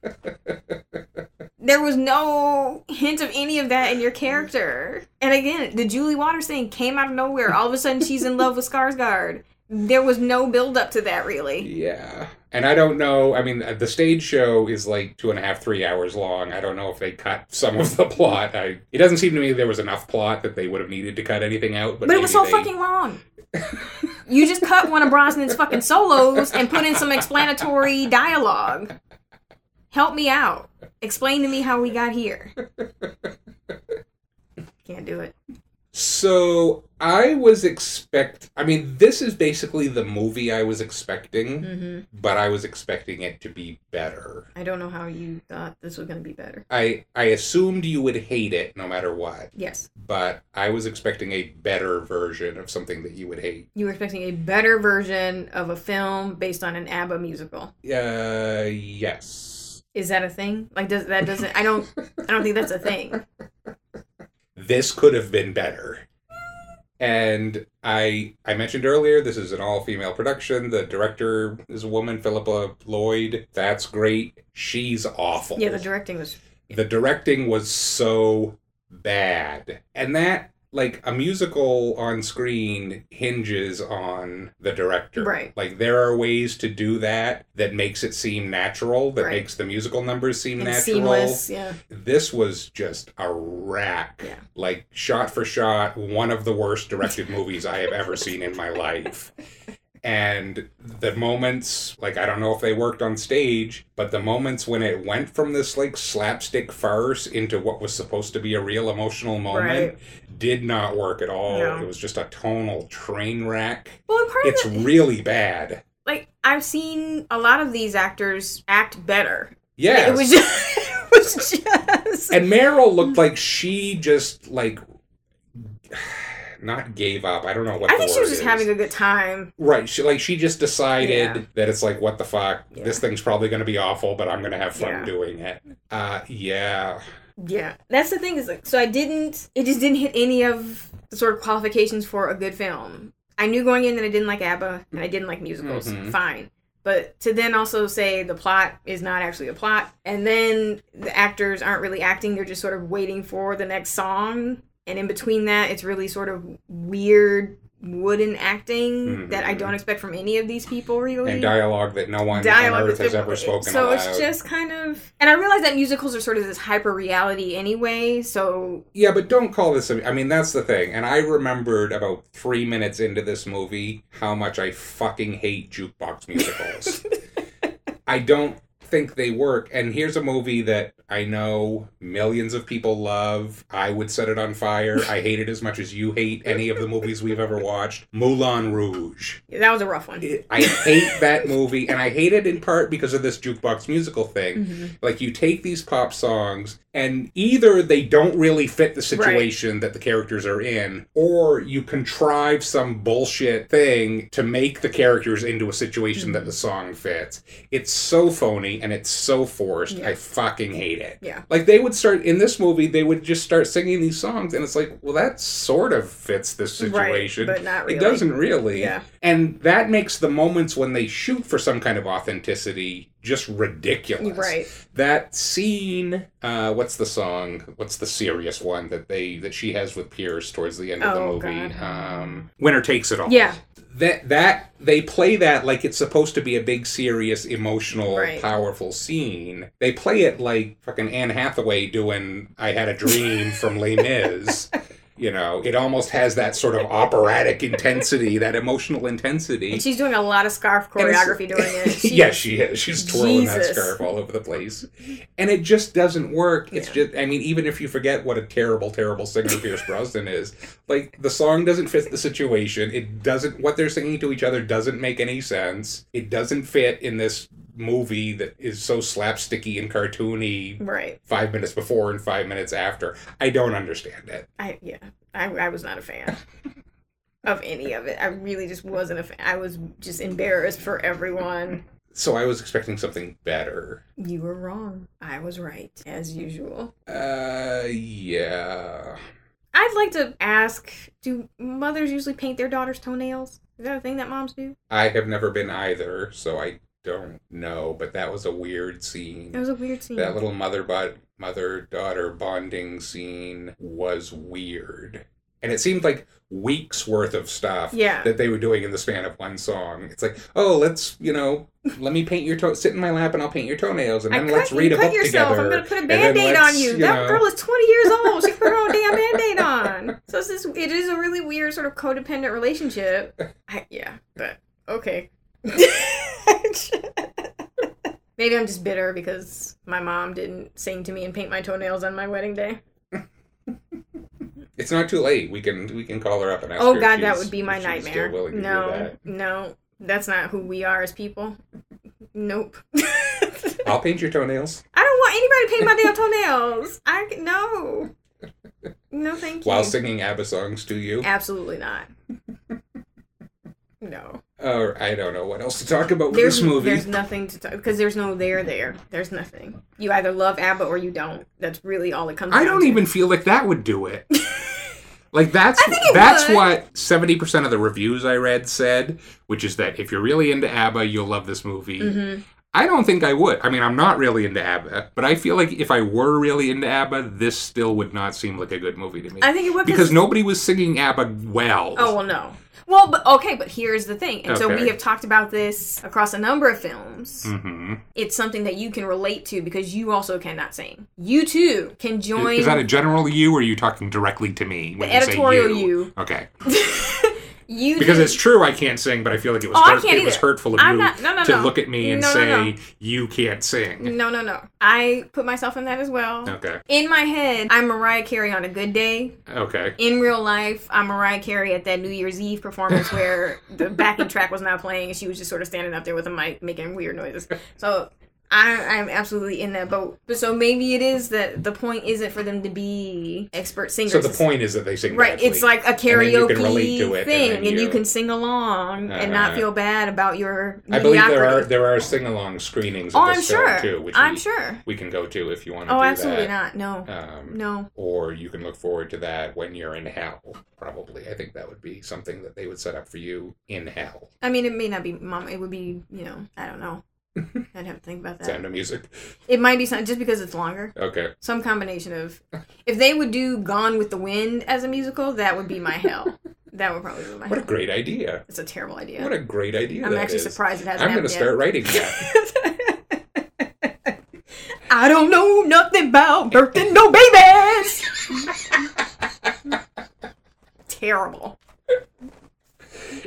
[SPEAKER 4] There was no hint of any of that in your character. And again, the Julie Waters thing came out of nowhere. All of a sudden, she's in love with Skarsgård. There was no build up to that, really.
[SPEAKER 3] Yeah. And I don't know. I mean, uh, the stage show is like two and a half, three hours long. I don't know if they cut some of the plot. I, it doesn't seem to me there was enough plot that they would have needed to cut anything out. But,
[SPEAKER 4] But it was so
[SPEAKER 3] maybe they-
[SPEAKER 4] fucking long. you just cut one of Brosnan's fucking solos and put in some explanatory dialogue. Help me out. Explain to me how we got here. Can't do it.
[SPEAKER 3] So I was expect. I mean, this is basically the movie I was expecting,
[SPEAKER 4] Mhm.
[SPEAKER 3] but I was expecting it to be better.
[SPEAKER 4] I don't know how you thought this was going to be better.
[SPEAKER 3] I I assumed you would hate it no matter what,
[SPEAKER 4] Yes.
[SPEAKER 3] but I was expecting a better version of something that you would hate.
[SPEAKER 4] You were expecting a better version of a film based on an ABBA musical.
[SPEAKER 3] Uh, yes.
[SPEAKER 4] Is that a thing? Like does that doesn't I don't I don't think that's a thing.
[SPEAKER 3] This could have been better. And I I mentioned earlier this is an all female production. The director is a woman, Philippa Lloyd. That's great. She's awful.
[SPEAKER 4] Yeah, the directing was
[SPEAKER 3] the directing was so bad and that like a musical on screen hinges on the director
[SPEAKER 4] Right.
[SPEAKER 3] like there are ways to do that that makes it seem natural that
[SPEAKER 4] Right.
[SPEAKER 3] makes the musical numbers seem
[SPEAKER 4] and
[SPEAKER 3] natural
[SPEAKER 4] seamless, yeah.
[SPEAKER 3] this was just a rack
[SPEAKER 4] Yeah.
[SPEAKER 3] like shot for shot one of the worst directed movies i have ever seen in my life and the moments like i don't know if they worked on stage but the moments when it went from this like slapstick farce into what was supposed to be a real emotional moment did not work at all
[SPEAKER 4] No.
[SPEAKER 3] it was just a tonal train wreck
[SPEAKER 4] Well, part
[SPEAKER 3] it's
[SPEAKER 4] of it,
[SPEAKER 3] really bad
[SPEAKER 4] like I've seen a lot of these actors act better.
[SPEAKER 3] yeah
[SPEAKER 4] It was just it was just
[SPEAKER 3] and Meryl looked like she just like not gave up. I don't know what
[SPEAKER 4] I
[SPEAKER 3] the
[SPEAKER 4] think she
[SPEAKER 3] word
[SPEAKER 4] was just
[SPEAKER 3] is.
[SPEAKER 4] having a good time.
[SPEAKER 3] right. She like she just decided
[SPEAKER 4] Yeah.
[SPEAKER 3] that it's like what the fuck.
[SPEAKER 4] Yeah.
[SPEAKER 3] This thing's probably going to be awful, but I'm going to have fun
[SPEAKER 4] Yeah.
[SPEAKER 3] doing it. Uh, yeah,
[SPEAKER 4] Yeah. That's the thing is like so I didn't it just didn't hit any of the sort of qualifications for a good film. I knew going in that I didn't like ABBA and I didn't like musicals.
[SPEAKER 3] Mhm.
[SPEAKER 4] Fine. But to then also say the plot is not actually a plot and then the actors aren't really acting, they're just sort of waiting for the next song and in between that it's really sort of weird wooden acting that I don't expect from any of these people really
[SPEAKER 3] and dialogue that no one
[SPEAKER 4] dialogue
[SPEAKER 3] on earth
[SPEAKER 4] that's
[SPEAKER 3] has
[SPEAKER 4] been-
[SPEAKER 3] ever spoken
[SPEAKER 4] so
[SPEAKER 3] aloud.
[SPEAKER 4] it's just kind of and i realize that musicals are sort of this hyper reality anyway so
[SPEAKER 3] Yeah, but don't call this. A, I mean, that's the thing. And I remembered about three minutes into this movie how much I fucking hate jukebox musicals. I don't think they work. And here's a movie that I know millions of people love. I would set it on fire. I hate it as much as you hate any of the movies we've ever watched. Moulin Rouge.
[SPEAKER 4] yeah, that was a rough one
[SPEAKER 3] I hate that movie, and I hate it in part because of this jukebox musical thing.
[SPEAKER 4] Mm-hmm.
[SPEAKER 3] Like, you take these pop songs, and either they don't really fit the situation that the characters are in, or you contrive some bullshit thing to make the characters into a situation that
[SPEAKER 4] Mm-hmm.
[SPEAKER 3] the song fits. It's so phony and it's so forced. I fucking hate it.
[SPEAKER 4] Yeah.
[SPEAKER 3] Like, they would start in this movie, they would just start singing these songs, and it's like, well, that sort of fits this
[SPEAKER 4] Right,
[SPEAKER 3] situation.
[SPEAKER 4] but not
[SPEAKER 3] It
[SPEAKER 4] really.
[SPEAKER 3] doesn't really.
[SPEAKER 4] Yeah.
[SPEAKER 3] And that makes the moments when they shoot for some kind of authenticity just ridiculous.
[SPEAKER 4] Right.
[SPEAKER 3] That scene, uh, what's the song? What's the serious one that they that she has with Pierce towards the end of
[SPEAKER 4] Oh,
[SPEAKER 3] the movie? Um, Winner takes it all.
[SPEAKER 4] Yeah.
[SPEAKER 3] That that they play that like it's supposed to be a big, serious, emotional,
[SPEAKER 4] Right.
[SPEAKER 3] powerful scene. They play it like fucking Anne Hathaway doing "I Had a Dream" from Les Mis. You know, it almost has that sort of operatic intensity, that emotional intensity.
[SPEAKER 4] and she's doing a lot of scarf
[SPEAKER 3] it's-
[SPEAKER 4] choreography doing it She-
[SPEAKER 3] yeah, she is. She's twirling that
[SPEAKER 4] Jesus.
[SPEAKER 3] scarf all over the place, and it just doesn't work. It's just, I mean, even if you forget what a terrible, terrible singer Pierce Brosnan is, like the song doesn't fit the situation. It doesn't. What they're singing to each other doesn't make any sense. It doesn't fit in this movie that is so slapsticky and cartoony.
[SPEAKER 4] right
[SPEAKER 3] Five minutes before and five minutes after. I don't understand it.
[SPEAKER 4] i yeah i, I was not a fan of any of it i really just wasn't a fan i was just embarrassed for everyone
[SPEAKER 3] So I was expecting something better.
[SPEAKER 4] you were wrong i was right as usual
[SPEAKER 3] Uh, yeah.
[SPEAKER 4] i'd like to ask do mothers usually paint their daughters toenails is that a thing that moms do
[SPEAKER 3] I have never been either, so I don't know, but that was a weird scene.
[SPEAKER 4] That was a weird scene.
[SPEAKER 3] That little mother bod- mother daughter bonding scene was weird. And it seemed like weeks worth of stuff
[SPEAKER 4] Yeah.
[SPEAKER 3] that they were doing in the span of one song. It's like, oh, let's, you know, let me paint your toe, sit in my lap and I'll paint your toenails and
[SPEAKER 4] I
[SPEAKER 3] then
[SPEAKER 4] cut,
[SPEAKER 3] let's
[SPEAKER 4] you
[SPEAKER 3] read a
[SPEAKER 4] cut
[SPEAKER 3] book
[SPEAKER 4] yourself.
[SPEAKER 3] together.
[SPEAKER 4] I'm gonna put a
[SPEAKER 3] and then
[SPEAKER 4] band-aid on
[SPEAKER 3] let's,
[SPEAKER 4] you. that
[SPEAKER 3] know-
[SPEAKER 4] girl is 20 years old. She put her own damn band-aid on. So it's this, it is a really weird sort of codependent relationship. I, yeah, but okay. Maybe I'm just bitter because my mom didn't sing to me and paint my toenails on my wedding day.
[SPEAKER 3] It's not too late. We can we can call her up and ask her
[SPEAKER 4] oh
[SPEAKER 3] if
[SPEAKER 4] God, that
[SPEAKER 3] she's-
[SPEAKER 4] would be my
[SPEAKER 3] if she's still
[SPEAKER 4] nightmare.
[SPEAKER 3] willing to do
[SPEAKER 4] No,
[SPEAKER 3] that.
[SPEAKER 4] no, that's not who we are as people. Nope.
[SPEAKER 3] I'll paint your toenails
[SPEAKER 4] I don't want anybody to paint my damn toenails. I c- no, no, thank you.
[SPEAKER 3] while singing ABBA songs to you.
[SPEAKER 4] Absolutely not. No,
[SPEAKER 3] Or I don't know what else to talk about with
[SPEAKER 4] there's
[SPEAKER 3] this movie.
[SPEAKER 4] there's nothing to talk because there's no there there. There's nothing. You either love ABBA or you don't. That's really all it comes.
[SPEAKER 3] I
[SPEAKER 4] down
[SPEAKER 3] don't
[SPEAKER 4] to.
[SPEAKER 3] even feel like that would do it. like that's
[SPEAKER 4] think it
[SPEAKER 3] that's
[SPEAKER 4] would.
[SPEAKER 3] what seventy percent of the reviews I read said, which is that if you're really into ABBA, you'll love this movie.
[SPEAKER 4] Mhm.
[SPEAKER 3] I don't think I would. I mean, I'm not really into ABBA, but I feel like if I were really into ABBA, this still would not seem like a good movie to me.
[SPEAKER 4] I think it would
[SPEAKER 3] because nobody was singing ABBA well.
[SPEAKER 4] Oh well, no. Well, but okay, but here's the thing, and so
[SPEAKER 3] Okay.
[SPEAKER 4] we have talked about this across a number of films.
[SPEAKER 3] hmm
[SPEAKER 4] It's something that you can relate to because you also cannot sing. You too can join
[SPEAKER 3] Is that a general you, or are you talking directly to me? When
[SPEAKER 4] The
[SPEAKER 3] you say
[SPEAKER 4] editorial you.
[SPEAKER 3] Okay.
[SPEAKER 4] you
[SPEAKER 3] Because
[SPEAKER 4] too-
[SPEAKER 3] it's true, I can't sing, but I feel like it was
[SPEAKER 4] Oh, I
[SPEAKER 3] hurt,
[SPEAKER 4] can't
[SPEAKER 3] it was
[SPEAKER 4] either.
[SPEAKER 3] hurtful of
[SPEAKER 4] I'm
[SPEAKER 3] you
[SPEAKER 4] not- no, no,
[SPEAKER 3] to
[SPEAKER 4] no.
[SPEAKER 3] look at me and
[SPEAKER 4] No, no,
[SPEAKER 3] say
[SPEAKER 4] no. Mm.
[SPEAKER 3] you can't sing.
[SPEAKER 4] No, no, no. I put myself in that as well.
[SPEAKER 3] Okay.
[SPEAKER 4] In my head, I'm Mariah Carey on a good day.
[SPEAKER 3] Okay.
[SPEAKER 4] In real life, I'm Mariah Carey at that New Year's Eve performance where the backing track was not playing and she was just sort of standing up there with a mic making weird noises. So I, I'm absolutely in that boat. But so maybe it is that the point isn't for them to be expert singers.
[SPEAKER 3] So the point is that they sing
[SPEAKER 4] Right,
[SPEAKER 3] badly.
[SPEAKER 4] it's like a
[SPEAKER 3] then you
[SPEAKER 4] karaoke
[SPEAKER 3] can relate to it, and
[SPEAKER 4] thing,
[SPEAKER 3] then
[SPEAKER 4] and,
[SPEAKER 3] you-
[SPEAKER 4] you can sing along
[SPEAKER 3] Uh-huh.
[SPEAKER 4] and not feel bad about your.
[SPEAKER 3] I believe there are
[SPEAKER 4] mediocrity.
[SPEAKER 3] there are sing along screenings. Of
[SPEAKER 4] Oh,
[SPEAKER 3] this
[SPEAKER 4] I'm
[SPEAKER 3] film,
[SPEAKER 4] sure.
[SPEAKER 3] Too, which
[SPEAKER 4] I'm
[SPEAKER 3] we,
[SPEAKER 4] sure.
[SPEAKER 3] we can go to if you want to.
[SPEAKER 4] Oh,
[SPEAKER 3] do
[SPEAKER 4] absolutely
[SPEAKER 3] that.
[SPEAKER 4] not. No.
[SPEAKER 3] Um,
[SPEAKER 4] No.
[SPEAKER 3] Or you can look forward to that when you're in hell. Probably, I think that would be something that they would set up for you in hell.
[SPEAKER 4] I mean, it may not be mom. It would be, you know, I don't know. I'd have to think about
[SPEAKER 3] Sound
[SPEAKER 4] that.
[SPEAKER 3] of music.
[SPEAKER 4] It might be something just because it's longer.
[SPEAKER 3] Okay.
[SPEAKER 4] Some combination of. If they would do Gone with the Wind as a musical, that would be my hell. that would probably be my
[SPEAKER 3] What a
[SPEAKER 4] hell.
[SPEAKER 3] great idea.
[SPEAKER 4] It's a terrible idea.
[SPEAKER 3] What a great idea.
[SPEAKER 4] I'm
[SPEAKER 3] that
[SPEAKER 4] actually
[SPEAKER 3] is.
[SPEAKER 4] surprised it hasn't
[SPEAKER 3] I'm going to
[SPEAKER 4] happened
[SPEAKER 3] start
[SPEAKER 4] yet.
[SPEAKER 3] writing that.
[SPEAKER 4] I don't know nothing about birthing no babies! terrible.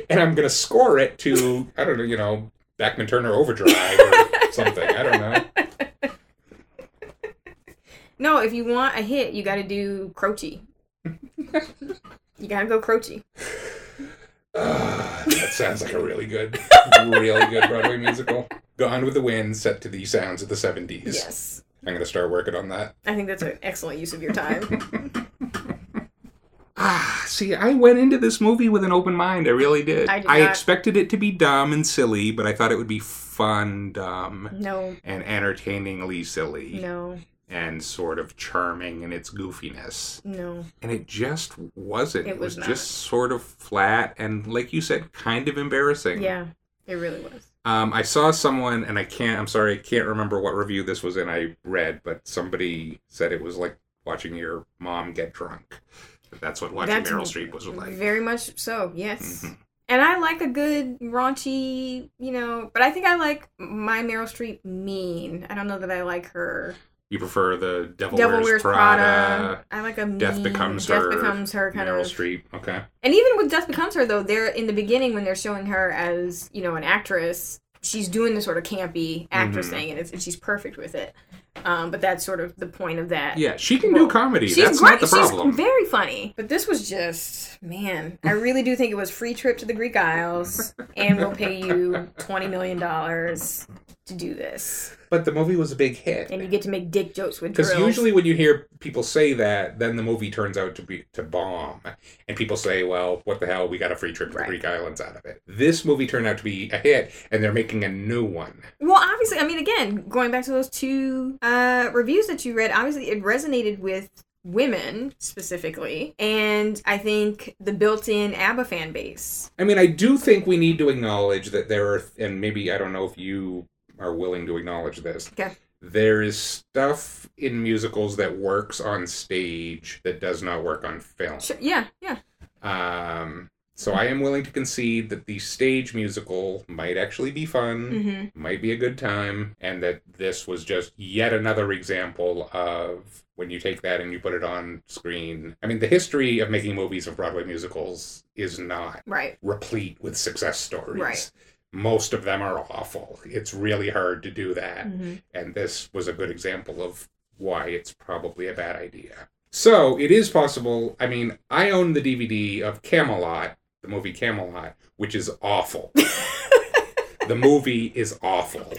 [SPEAKER 3] and I'm going to score it to, I don't know, you know, Backman Turner Overdrive or something. I don't know.
[SPEAKER 4] No, if you want a hit, you got to do Croce. you got to go Croce.
[SPEAKER 3] That sounds like a really good, really good Broadway musical. Gone with the Wind, set to the sounds of the 70s.
[SPEAKER 4] Yes.
[SPEAKER 3] I'm going to start working on that.
[SPEAKER 4] I think that's an excellent use of your time.
[SPEAKER 3] See, I went into this movie with an open mind. I really did.
[SPEAKER 4] I did not.
[SPEAKER 3] expected it to be dumb and silly, but I thought it would be fun, dumb,
[SPEAKER 4] no,
[SPEAKER 3] and entertainingly silly,
[SPEAKER 4] no,
[SPEAKER 3] and sort of charming in its goofiness.
[SPEAKER 4] no.
[SPEAKER 3] and it just wasn't.
[SPEAKER 4] It
[SPEAKER 3] It, was,
[SPEAKER 4] was not.
[SPEAKER 3] just sort of flat and, like you said, kind of embarrassing.
[SPEAKER 4] Yeah, it really was.
[SPEAKER 3] Um, I saw someone, and I can't. I'm sorry, I can't remember what review this was in. I read, but somebody said it was like watching your mom get drunk. That That's what watching
[SPEAKER 4] That's
[SPEAKER 3] Meryl Streep was like.
[SPEAKER 4] Very much so, yes.
[SPEAKER 3] Mhm.
[SPEAKER 4] And I like a good raunchy, you know, but I think I like my Meryl Streep mean. I don't know that I like her
[SPEAKER 3] You prefer the Devil,
[SPEAKER 4] Devil
[SPEAKER 3] Wears,
[SPEAKER 4] Wears
[SPEAKER 3] Prada.
[SPEAKER 4] Prada. I like a mean,
[SPEAKER 3] Death becomes
[SPEAKER 4] Death
[SPEAKER 3] her.
[SPEAKER 4] becomes her kind
[SPEAKER 3] Meryl
[SPEAKER 4] of
[SPEAKER 3] Streep. Okay.
[SPEAKER 4] And even with Death Becomes Her, though, they're in the beginning when they're showing her as you know an actress, she's doing the sort of campy actress
[SPEAKER 3] Mhm.
[SPEAKER 4] thing, and, it's, and she's perfect with it. Um, but that's sort of the point of that.
[SPEAKER 3] Yeah, she can
[SPEAKER 4] Well,
[SPEAKER 3] do comedy.
[SPEAKER 4] She's
[SPEAKER 3] That's
[SPEAKER 4] great.
[SPEAKER 3] not the problem.
[SPEAKER 4] She's very funny. But this was just, man, I really do think it was free trip to the Greek Isles, and we'll pay you twenty million dollars to do this,
[SPEAKER 3] But the movie was a big hit.
[SPEAKER 4] and you get to make dick jokes with
[SPEAKER 3] Because
[SPEAKER 4] drills.
[SPEAKER 3] usually when you hear people say that, then the movie turns out to be to bomb, and people say, "Well, what the hell? We got a free trip to
[SPEAKER 4] Right.
[SPEAKER 3] the Greek islands out of it." This movie turned out to be a hit, and they're making a new one.
[SPEAKER 4] Well, obviously, I mean, again, going back to those two uh, reviews that you read, obviously it resonated with women specifically, and I think the built-in ABBA fan base.
[SPEAKER 3] I mean, I do think we need to acknowledge that there are, and maybe I don't know if you are willing to acknowledge this.
[SPEAKER 4] Okay.
[SPEAKER 3] There is stuff in musicals that works on stage that does not work on film.
[SPEAKER 4] Sure, yeah, yeah.
[SPEAKER 3] Um, so I am willing to concede that the stage musical might actually be fun,
[SPEAKER 4] Mhm.
[SPEAKER 3] might be a good time, and that this was just yet another example of when you take that and you put it on screen. I mean, the history of making movies of Broadway musicals is not
[SPEAKER 4] Right.
[SPEAKER 3] replete with success stories.
[SPEAKER 4] Right.
[SPEAKER 3] Most of them are awful. It's really hard to do that.
[SPEAKER 4] Mhm.
[SPEAKER 3] And this was a good example of why it's probably a bad idea. So it is possible. I mean, I own the DVD of Camelot, the movie Camelot, which is awful. the movie is awful.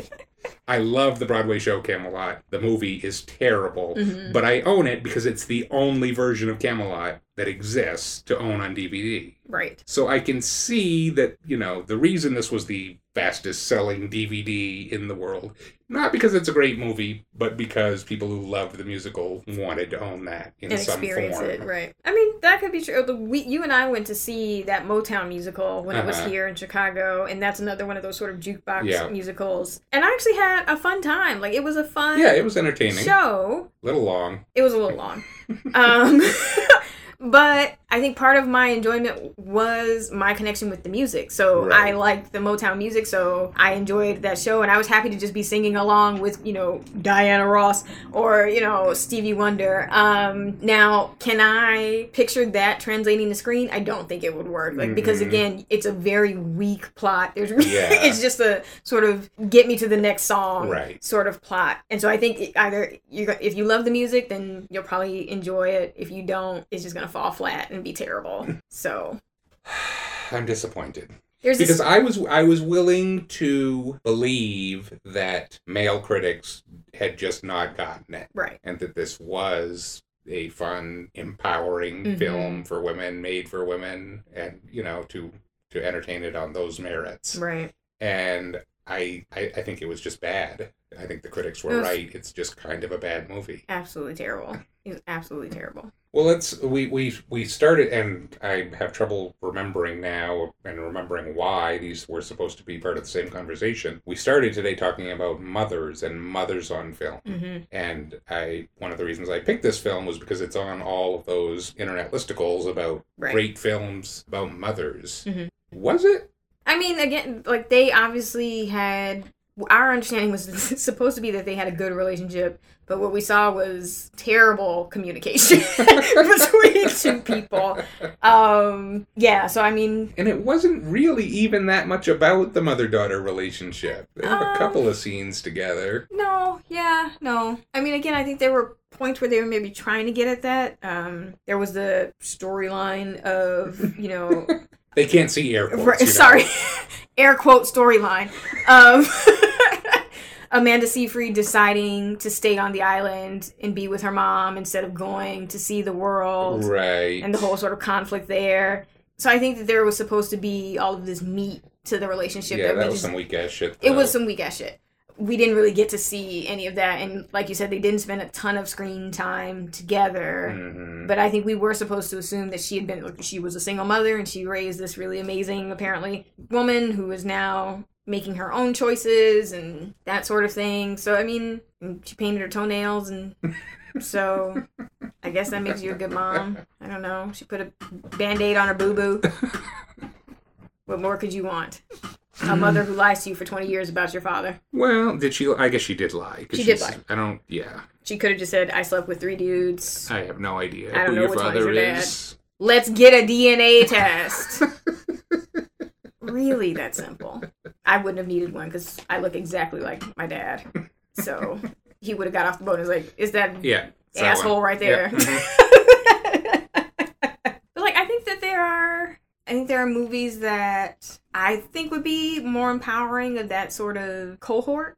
[SPEAKER 3] I love the Broadway show Camelot. The movie is terrible,
[SPEAKER 12] Mhm.
[SPEAKER 3] but I own it because it's the only version of Camelot that exists to own on DVD.
[SPEAKER 4] Right.
[SPEAKER 3] So I can see that, you know, the reason this was the fastest selling DVD in the world, not because it's a great movie, but because people who loved the musical wanted to own that in
[SPEAKER 4] and
[SPEAKER 3] some
[SPEAKER 4] experience
[SPEAKER 3] form.
[SPEAKER 4] it, right? I mean, that could be true. The, we, you and I went to see that Motown musical when it was
[SPEAKER 3] Uh-huh.
[SPEAKER 4] here in Chicago, and that's another one of those sort of jukebox
[SPEAKER 3] Yeah.
[SPEAKER 4] musicals. And I actually had a fun time. Like it was a fun,
[SPEAKER 3] Yeah, it was entertaining.
[SPEAKER 4] show.
[SPEAKER 3] little long.
[SPEAKER 4] It was a little long, um, but I think part of my enjoyment was my connection with the music. So
[SPEAKER 3] Right.
[SPEAKER 4] I liked the Motown music, so I enjoyed that show, and I was happy to just be singing along with you know Diana Ross or you know Stevie Wonder. Um, now, can I picture that translating to screen? I don't think it would work, like because
[SPEAKER 12] Mhm.
[SPEAKER 4] again, it's a very weak plot. There's
[SPEAKER 12] Yeah.
[SPEAKER 4] it's just a sort of get me to the next song
[SPEAKER 12] Right.
[SPEAKER 4] sort of plot. And so I think it- either you if you love the music, then you'll probably enjoy it. If you don't, it's just gonna fall flat and be terrible. So
[SPEAKER 3] I'm disappointed.
[SPEAKER 4] There's this-
[SPEAKER 3] because I was I was willing to believe that male critics had just not gotten it.
[SPEAKER 4] Right.
[SPEAKER 3] And that this was a fun, empowering
[SPEAKER 4] Mm-hmm.
[SPEAKER 12] Mhm.
[SPEAKER 3] film for women, made for women, and you know, to to entertain it on those merits.
[SPEAKER 4] right.
[SPEAKER 3] And I, I I think it was just bad. I think the critics were
[SPEAKER 4] It was-
[SPEAKER 3] right. It's just kind of a bad movie.
[SPEAKER 4] Absolutely terrible. It was absolutely terrible.
[SPEAKER 3] Well, let's we we we started, and I have trouble remembering now and remembering why these were supposed to be part of the same conversation. We started today talking about mothers and mothers on film,
[SPEAKER 4] Mm-hmm.
[SPEAKER 12] Mhm.
[SPEAKER 3] and I one of the reasons I picked this film was because it's on all of those internet listicles about
[SPEAKER 4] Right.
[SPEAKER 3] great films about mothers.
[SPEAKER 4] Mhm.
[SPEAKER 3] Was it?
[SPEAKER 4] I mean, again, like they obviously had. Our understanding was supposed to be that they had a good relationship, but what we saw was terrible communication between two people. Um, yeah, so I mean,
[SPEAKER 3] And it wasn't really even that much about the mother daughter relationship. They have
[SPEAKER 4] Uh,
[SPEAKER 3] a couple of scenes together.
[SPEAKER 4] No, yeah, no. I mean, again, I think there were points where they were maybe trying to get at that. Um, there was the storyline of, you know,
[SPEAKER 3] They can't see air quotes.
[SPEAKER 4] right-
[SPEAKER 3] you know.
[SPEAKER 4] sorry, air quote storyline of Amanda Seyfried deciding to stay on the island and be with her mom instead of going to see the world.
[SPEAKER 3] Right.
[SPEAKER 4] And the whole sort of conflict there. So I think that there was supposed to be all of this meat to the relationship
[SPEAKER 3] Yeah,
[SPEAKER 4] that, we
[SPEAKER 3] that was
[SPEAKER 4] just
[SPEAKER 3] some weak ass shit.
[SPEAKER 4] it
[SPEAKER 3] though.
[SPEAKER 4] was some weak ass shit. We didn't really get to see any of that, and like you said, they didn't spend a ton of screen time together.
[SPEAKER 3] Mhm.
[SPEAKER 4] But I think we were supposed to assume that she had been, like, she was a single mother, and she raised this really amazing, apparently, woman who is now making her own choices and that sort of thing. So I mean, and she painted her toenails, and so I guess that makes you a good mom. I don't know. She put a band aid on her boo boo. what more could you want?
[SPEAKER 3] Mm-hmm.
[SPEAKER 4] A mother who lies to you for 20 years about your father.
[SPEAKER 3] Well, did she? I guess she did lie. 'cause
[SPEAKER 4] She did
[SPEAKER 3] she's-
[SPEAKER 4] lie.
[SPEAKER 3] I don't. Yeah,
[SPEAKER 4] She could have just said, I slept with three dudes.
[SPEAKER 3] I have no idea
[SPEAKER 4] I don't
[SPEAKER 3] who
[SPEAKER 4] know
[SPEAKER 3] your
[SPEAKER 4] which one's
[SPEAKER 3] father
[SPEAKER 4] your dad.
[SPEAKER 3] is.
[SPEAKER 4] Let's get a DNA test. really that simple. I wouldn't have needed one because I look exactly like my dad. So he would have got off the boat and was like, Is that
[SPEAKER 3] Yeah, it's that
[SPEAKER 4] asshole
[SPEAKER 3] one. Mm-hmm.
[SPEAKER 4] right
[SPEAKER 3] Yeah. Mm-hmm.
[SPEAKER 4] there? But like I think that there are I think there are movies that I think would be more empowering of that sort of cohort.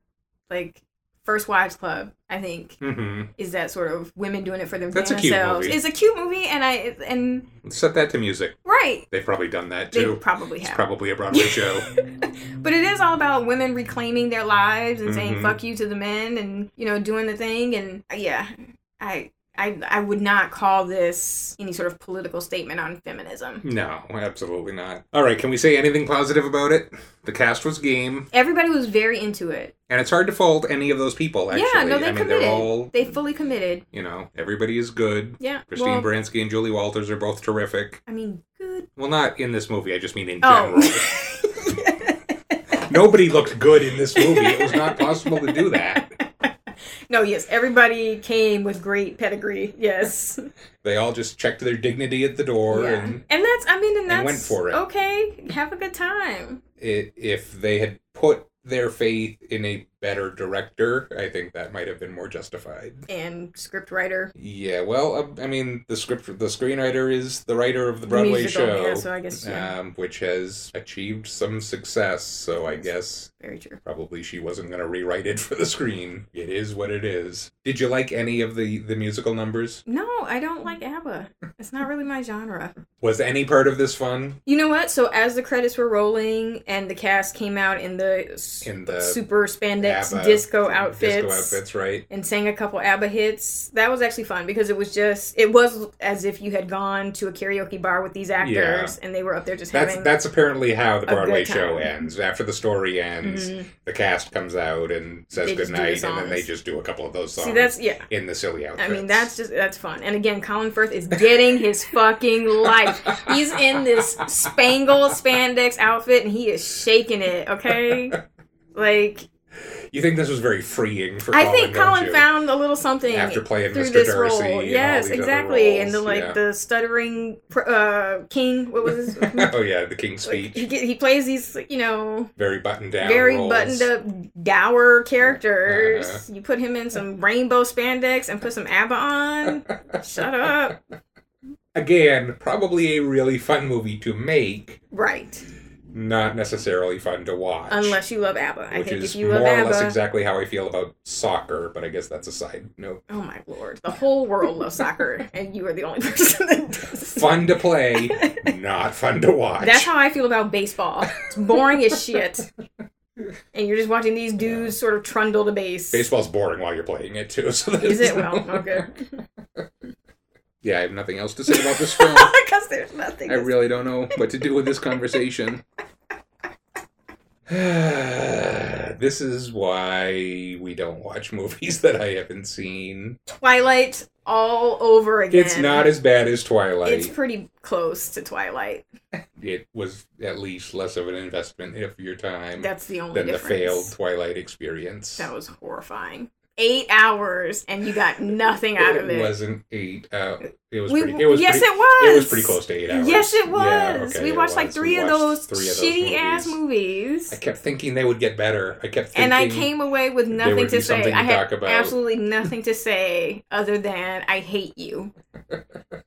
[SPEAKER 4] Like First Wives Club, I think
[SPEAKER 3] Mhm.
[SPEAKER 4] is that sort of women doing it for them
[SPEAKER 3] That's a
[SPEAKER 4] damn
[SPEAKER 3] cute
[SPEAKER 4] selves.
[SPEAKER 3] movie.
[SPEAKER 4] It's a cute movie and I and
[SPEAKER 3] Set that to music.
[SPEAKER 4] right.
[SPEAKER 3] They've probably done that
[SPEAKER 4] They
[SPEAKER 3] too.
[SPEAKER 4] probably
[SPEAKER 3] It's
[SPEAKER 4] have.
[SPEAKER 3] probably a Broadway show.
[SPEAKER 4] But it is all about women reclaiming their lives and
[SPEAKER 3] Mhm.
[SPEAKER 4] saying fuck you to the men and you know doing the thing and uh, yeah, I I, I would not call this any sort of political statement on feminism.
[SPEAKER 3] No, absolutely not. All right, can we say anything positive about it? The cast was game,
[SPEAKER 4] Everybody was very into it.
[SPEAKER 3] and it's hard to fault any of those people. Actually,
[SPEAKER 4] yeah, no, they
[SPEAKER 3] I mean
[SPEAKER 4] committed.
[SPEAKER 3] they're all
[SPEAKER 4] They fully committed.
[SPEAKER 3] you know everybody is good.
[SPEAKER 4] Yeah,
[SPEAKER 3] Christine
[SPEAKER 4] well-
[SPEAKER 3] Baranski and Julie Walters are both terrific.
[SPEAKER 4] I mean, good.
[SPEAKER 3] Well, not in this movie. I just mean in general.
[SPEAKER 4] Oh,
[SPEAKER 3] Nobody looked good in this movie. It was not possible to do that.
[SPEAKER 4] no, yes, everybody came with great pedigree. Yes.
[SPEAKER 3] They all just checked their dignity at the door,
[SPEAKER 4] Yeah.
[SPEAKER 3] and
[SPEAKER 4] And that's, I mean, and that's
[SPEAKER 3] And went for it.
[SPEAKER 4] okay. Have a good time.
[SPEAKER 3] i if they had put their faith in a better director, I think that might have been more justified.
[SPEAKER 4] And script writer,
[SPEAKER 3] Yeah, well, um, I mean, the script, the screenwriter is the writer of the Broadway
[SPEAKER 4] Musical,
[SPEAKER 3] show,
[SPEAKER 4] yeah, so I guess, yeah.
[SPEAKER 3] um, which has achieved some success. So I guess
[SPEAKER 4] very true.
[SPEAKER 3] probably she wasn't going to rewrite it for the screen. It is what it is. Did you like any of the the musical numbers?
[SPEAKER 4] No, I don't like ABBA. It's not really my genre.
[SPEAKER 3] Was any part of this fun?
[SPEAKER 4] You know what? So as the credits were rolling and the cast came out in the, s-
[SPEAKER 3] In the
[SPEAKER 4] super spandex
[SPEAKER 3] ABBA
[SPEAKER 4] disco outfits.
[SPEAKER 3] uh, Disco outfits, right?
[SPEAKER 4] and sang a couple ABBA hits. That was actually fun because it was just it was as if you had gone to a karaoke bar with these actors
[SPEAKER 3] Yeah.
[SPEAKER 4] and they were up there just
[SPEAKER 3] That's
[SPEAKER 4] having
[SPEAKER 3] that's apparently how the
[SPEAKER 4] a good
[SPEAKER 3] Broadway show
[SPEAKER 4] time.
[SPEAKER 3] ends. After the story ends,
[SPEAKER 4] Mhm.
[SPEAKER 3] the cast comes out and says
[SPEAKER 4] They just do the
[SPEAKER 3] goodnight, and then they
[SPEAKER 4] songs.
[SPEAKER 3] just do a couple of those songs
[SPEAKER 4] See that's yeah.
[SPEAKER 3] in the silly
[SPEAKER 4] I
[SPEAKER 3] outfits.
[SPEAKER 4] mean that's just that's fun. And again, Colin Firth is getting his fucking life. He's in this spangle spandex outfit and he is shaking it, okay? Like
[SPEAKER 3] you think this was very freeing for.
[SPEAKER 4] I
[SPEAKER 3] Colin,
[SPEAKER 4] think
[SPEAKER 3] don't
[SPEAKER 4] Colin
[SPEAKER 3] you?
[SPEAKER 4] found a little something
[SPEAKER 3] After playing
[SPEAKER 4] through
[SPEAKER 3] Mr.
[SPEAKER 4] this
[SPEAKER 3] Darcy and all
[SPEAKER 4] role. yes,
[SPEAKER 3] these other
[SPEAKER 4] exactly. and the
[SPEAKER 3] roles,
[SPEAKER 4] like
[SPEAKER 3] yeah.
[SPEAKER 4] the stuttering pr- uh king, what was his
[SPEAKER 3] oh yeah, the King's
[SPEAKER 4] like,
[SPEAKER 3] Speech,
[SPEAKER 4] he, get- he plays these you know
[SPEAKER 3] very buttoned down,
[SPEAKER 4] very
[SPEAKER 3] roles.
[SPEAKER 4] buttoned up dour characters
[SPEAKER 3] Uh-huh.
[SPEAKER 4] you put him in some rainbow spandex and put some abba on shut up
[SPEAKER 3] Again, probably a really fun movie to make,
[SPEAKER 4] right
[SPEAKER 3] not necessarily fun to watch.
[SPEAKER 4] unless you love abba i
[SPEAKER 3] which
[SPEAKER 4] think
[SPEAKER 3] is
[SPEAKER 4] if you
[SPEAKER 3] more
[SPEAKER 4] love
[SPEAKER 3] or less
[SPEAKER 4] abba
[SPEAKER 3] exactly how I feel about soccer, but I guess that's a side note.
[SPEAKER 4] oh my lord the whole world loves soccer and you are the only person that does
[SPEAKER 3] Fun to play, not fun to watch.
[SPEAKER 4] that's how i feel about baseball it's boring as shit and you're just watching these dudes sort of trundle to base
[SPEAKER 3] Baseball's boring while you're playing it too. So
[SPEAKER 4] is
[SPEAKER 3] there's
[SPEAKER 4] it
[SPEAKER 3] no-
[SPEAKER 4] well okay
[SPEAKER 3] Yeah, I have nothing else to say about this film.
[SPEAKER 4] because there's nothing
[SPEAKER 3] I really don't know what to do with this conversation. this is why we don't watch movies that I haven't seen.
[SPEAKER 4] twilight all over again
[SPEAKER 3] It's not as bad as Twilight.
[SPEAKER 4] It's pretty close to Twilight.
[SPEAKER 3] It was at least less of an investment of your time
[SPEAKER 4] That's the only
[SPEAKER 3] than the
[SPEAKER 4] difference.
[SPEAKER 3] failed Twilight experience.
[SPEAKER 4] That was horrifying. Eight hours and you got nothing out of it.
[SPEAKER 3] wasn't eight. Uh, it was
[SPEAKER 4] We-
[SPEAKER 3] pretty. It was
[SPEAKER 4] yes,
[SPEAKER 3] pretty,
[SPEAKER 4] it was.
[SPEAKER 3] It was pretty close to eight hours.
[SPEAKER 4] Yes, it was.
[SPEAKER 3] Yeah, okay,
[SPEAKER 4] we
[SPEAKER 3] it
[SPEAKER 4] watched like
[SPEAKER 3] was.
[SPEAKER 4] three
[SPEAKER 3] We
[SPEAKER 4] of
[SPEAKER 3] watched
[SPEAKER 4] those
[SPEAKER 3] three of those
[SPEAKER 4] shitty ass
[SPEAKER 3] I
[SPEAKER 4] movies,
[SPEAKER 3] kept thinking they would get better. I kept thinking
[SPEAKER 4] and I came away with nothing
[SPEAKER 3] would be
[SPEAKER 4] to say.
[SPEAKER 3] something to
[SPEAKER 4] I had
[SPEAKER 3] talk about.
[SPEAKER 4] absolutely nothing to say other than I hate you.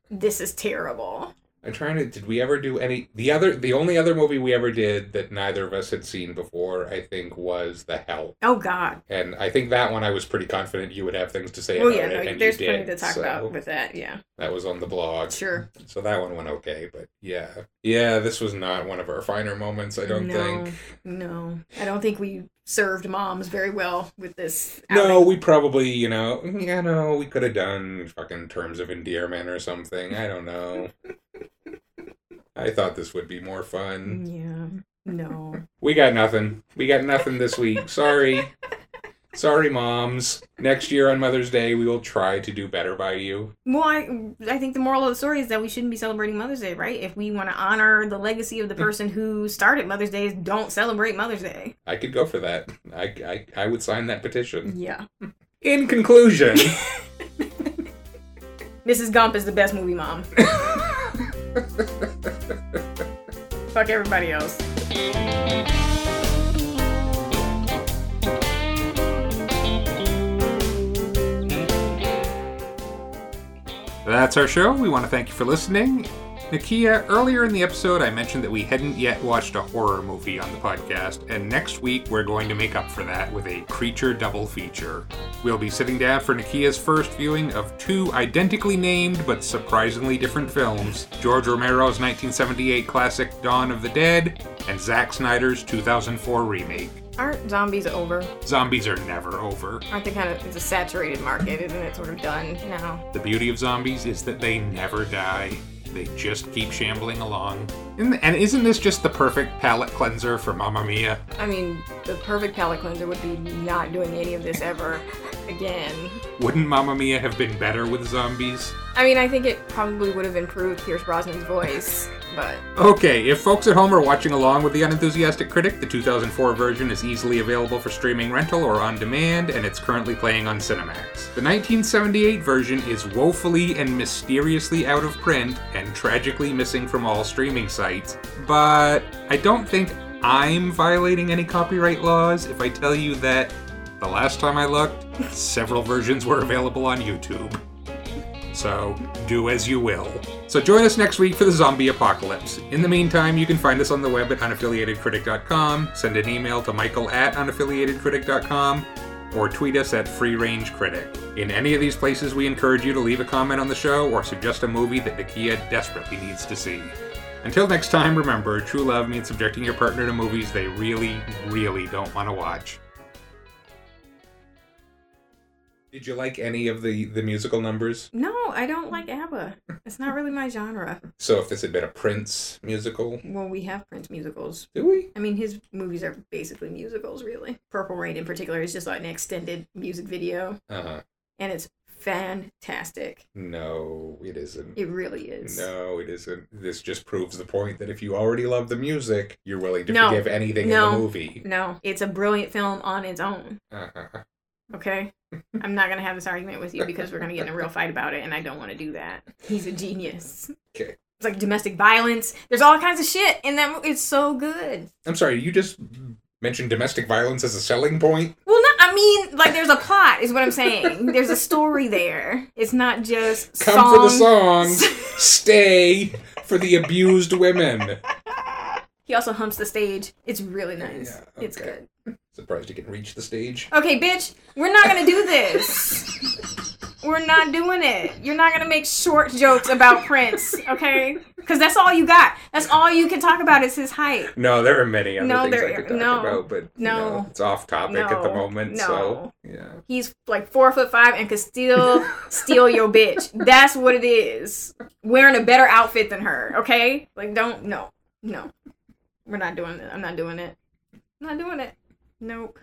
[SPEAKER 4] this is terrible.
[SPEAKER 3] I'm trying to. Did we ever do any? The other, the only other movie we ever did that neither of us had seen before, I think, was The Help,
[SPEAKER 4] Oh God.
[SPEAKER 3] and I think that one I was pretty confident you would have things to say
[SPEAKER 4] Well,
[SPEAKER 3] about
[SPEAKER 4] yeah,
[SPEAKER 3] it,
[SPEAKER 4] no,
[SPEAKER 3] and
[SPEAKER 4] there's
[SPEAKER 3] you did.
[SPEAKER 4] plenty to talk
[SPEAKER 3] so
[SPEAKER 4] about with that. Yeah,
[SPEAKER 3] That was on the blog,
[SPEAKER 4] sure.
[SPEAKER 3] so that one went okay. But yeah, yeah, this was not one of our finer moments. I don't
[SPEAKER 4] no,
[SPEAKER 3] think.
[SPEAKER 4] No, I don't think we served moms very well with this.
[SPEAKER 3] No,
[SPEAKER 4] outing.
[SPEAKER 3] we probably, you know, mm, yeah, no, we could have done fucking terms of endearment or something. I don't know. I thought this would be more fun.
[SPEAKER 4] Yeah. No.
[SPEAKER 3] We got nothing. We got nothing this week. Sorry. Sorry, moms. Next year on Mother's Day, we will try to do better by you.
[SPEAKER 4] Well, I, I think the moral of the story is that we shouldn't be celebrating Mother's Day, right? If we want to honor the legacy of the person who started Mother's Day, is don't celebrate Mother's Day.
[SPEAKER 3] I could go for that. I, I, I would sign that petition.
[SPEAKER 4] Yeah.
[SPEAKER 3] In conclusion,
[SPEAKER 4] Mrs. Gump is the best movie mom. Fuck everybody else.
[SPEAKER 3] that's our show. We want to thank you for listening. Nakia, earlier in the episode, I mentioned that we hadn't yet watched a horror movie on the podcast, and next week we're going to make up for that with a creature double feature. We'll be sitting down for Nakia's first viewing of two identically named but surprisingly different films George Romero's 1978 classic Dawn of the Dead and Zack Snyder's 2004 remake.
[SPEAKER 4] Aren't zombies over?
[SPEAKER 3] Zombies are never over.
[SPEAKER 4] Aren't they kind of, it's a saturated market, isn't it? Sort of done now.
[SPEAKER 3] The beauty of zombies is that they never die. They just keep shambling along. And, and isn't this just the perfect palate cleanser for Mamma Mia?
[SPEAKER 4] I mean, the perfect palate cleanser would be not doing any of this ever again.
[SPEAKER 3] Wouldn't Mamma Mia have been better with zombies?
[SPEAKER 4] I mean, I think it probably would have improved Pierce Brosnan's voice, but
[SPEAKER 3] Okay, if folks at home are watching along with The Unenthusiastic Critic, the 2004 version is easily available for streaming rental or on demand, and it's currently playing on Cinemax. The 1978 version is woefully and mysteriously out of print and tragically missing from all streaming sites, but I don't think I'm violating any copyright laws if I tell you that the last time I looked, several versions were available on YouTube. So do as you will. So join us next week for the zombie apocalypse. In the meantime, you can find us on the web at unaffiliatedcritic.com, send an email to michael at unaffiliatedcritic.com, or tweet us at Free Range Critic. In any of these places, we encourage you to leave a comment on the show or suggest a movie that Nakia desperately needs to see. Until next time, remember, true love means subjecting your partner to movies they really, really don't want to watch. Did you like any of the, the musical numbers?
[SPEAKER 4] no, I don't like ABBA. It's not really my genre.
[SPEAKER 3] So if this had been a Prince musical,
[SPEAKER 4] Well, we have Prince musicals.
[SPEAKER 3] do we?
[SPEAKER 4] I mean, his movies are basically musicals, really. Purple Rain, in particular, is just like an extended music video,
[SPEAKER 3] Uh huh.
[SPEAKER 4] and it's fantastic.
[SPEAKER 3] No, it isn't.
[SPEAKER 4] It really is.
[SPEAKER 3] No, it isn't. This just proves the point that if you already love the music, you're willing to
[SPEAKER 4] No.
[SPEAKER 3] forgive anything in
[SPEAKER 4] No.
[SPEAKER 3] the movie.
[SPEAKER 4] No, it's a brilliant film on its own.
[SPEAKER 3] Uh-huh.
[SPEAKER 4] Okay? I'm not going to have this argument with you because we're going to get in a real fight about it, and I don't want to do that. He's a genius.
[SPEAKER 3] Okay.
[SPEAKER 4] It's like domestic violence. There's all kinds of shit in that movie. It's so good.
[SPEAKER 3] I'm sorry, you just mentioned domestic violence as a selling point?
[SPEAKER 4] Well, no, I mean, like, there's a plot, is what I'm saying. There's a story there. It's not just
[SPEAKER 3] Come for the songs, stay for the abused women.
[SPEAKER 4] He also humps the stage. It's really nice. It's good.
[SPEAKER 3] Surprised you can reach the stage.
[SPEAKER 4] Okay, bitch, we're not gonna do this. we're not doing it. You're not gonna make short jokes about Prince, okay? Because that's all you got. That's all you can talk about is his height.
[SPEAKER 3] No, there are many other
[SPEAKER 4] No,
[SPEAKER 3] things I
[SPEAKER 4] there-
[SPEAKER 3] could talk
[SPEAKER 4] no,
[SPEAKER 3] about, but you
[SPEAKER 4] no,
[SPEAKER 3] know, it's off topic at the
[SPEAKER 4] no,
[SPEAKER 3] moment,
[SPEAKER 4] no.
[SPEAKER 3] so yeah.
[SPEAKER 4] He's like four foot five and could still steal your bitch. That's what it is. Wearing a better outfit than her, okay? Like, don't, no, no. We're not doing it. I'm not doing it. I'm not doing it. Nope.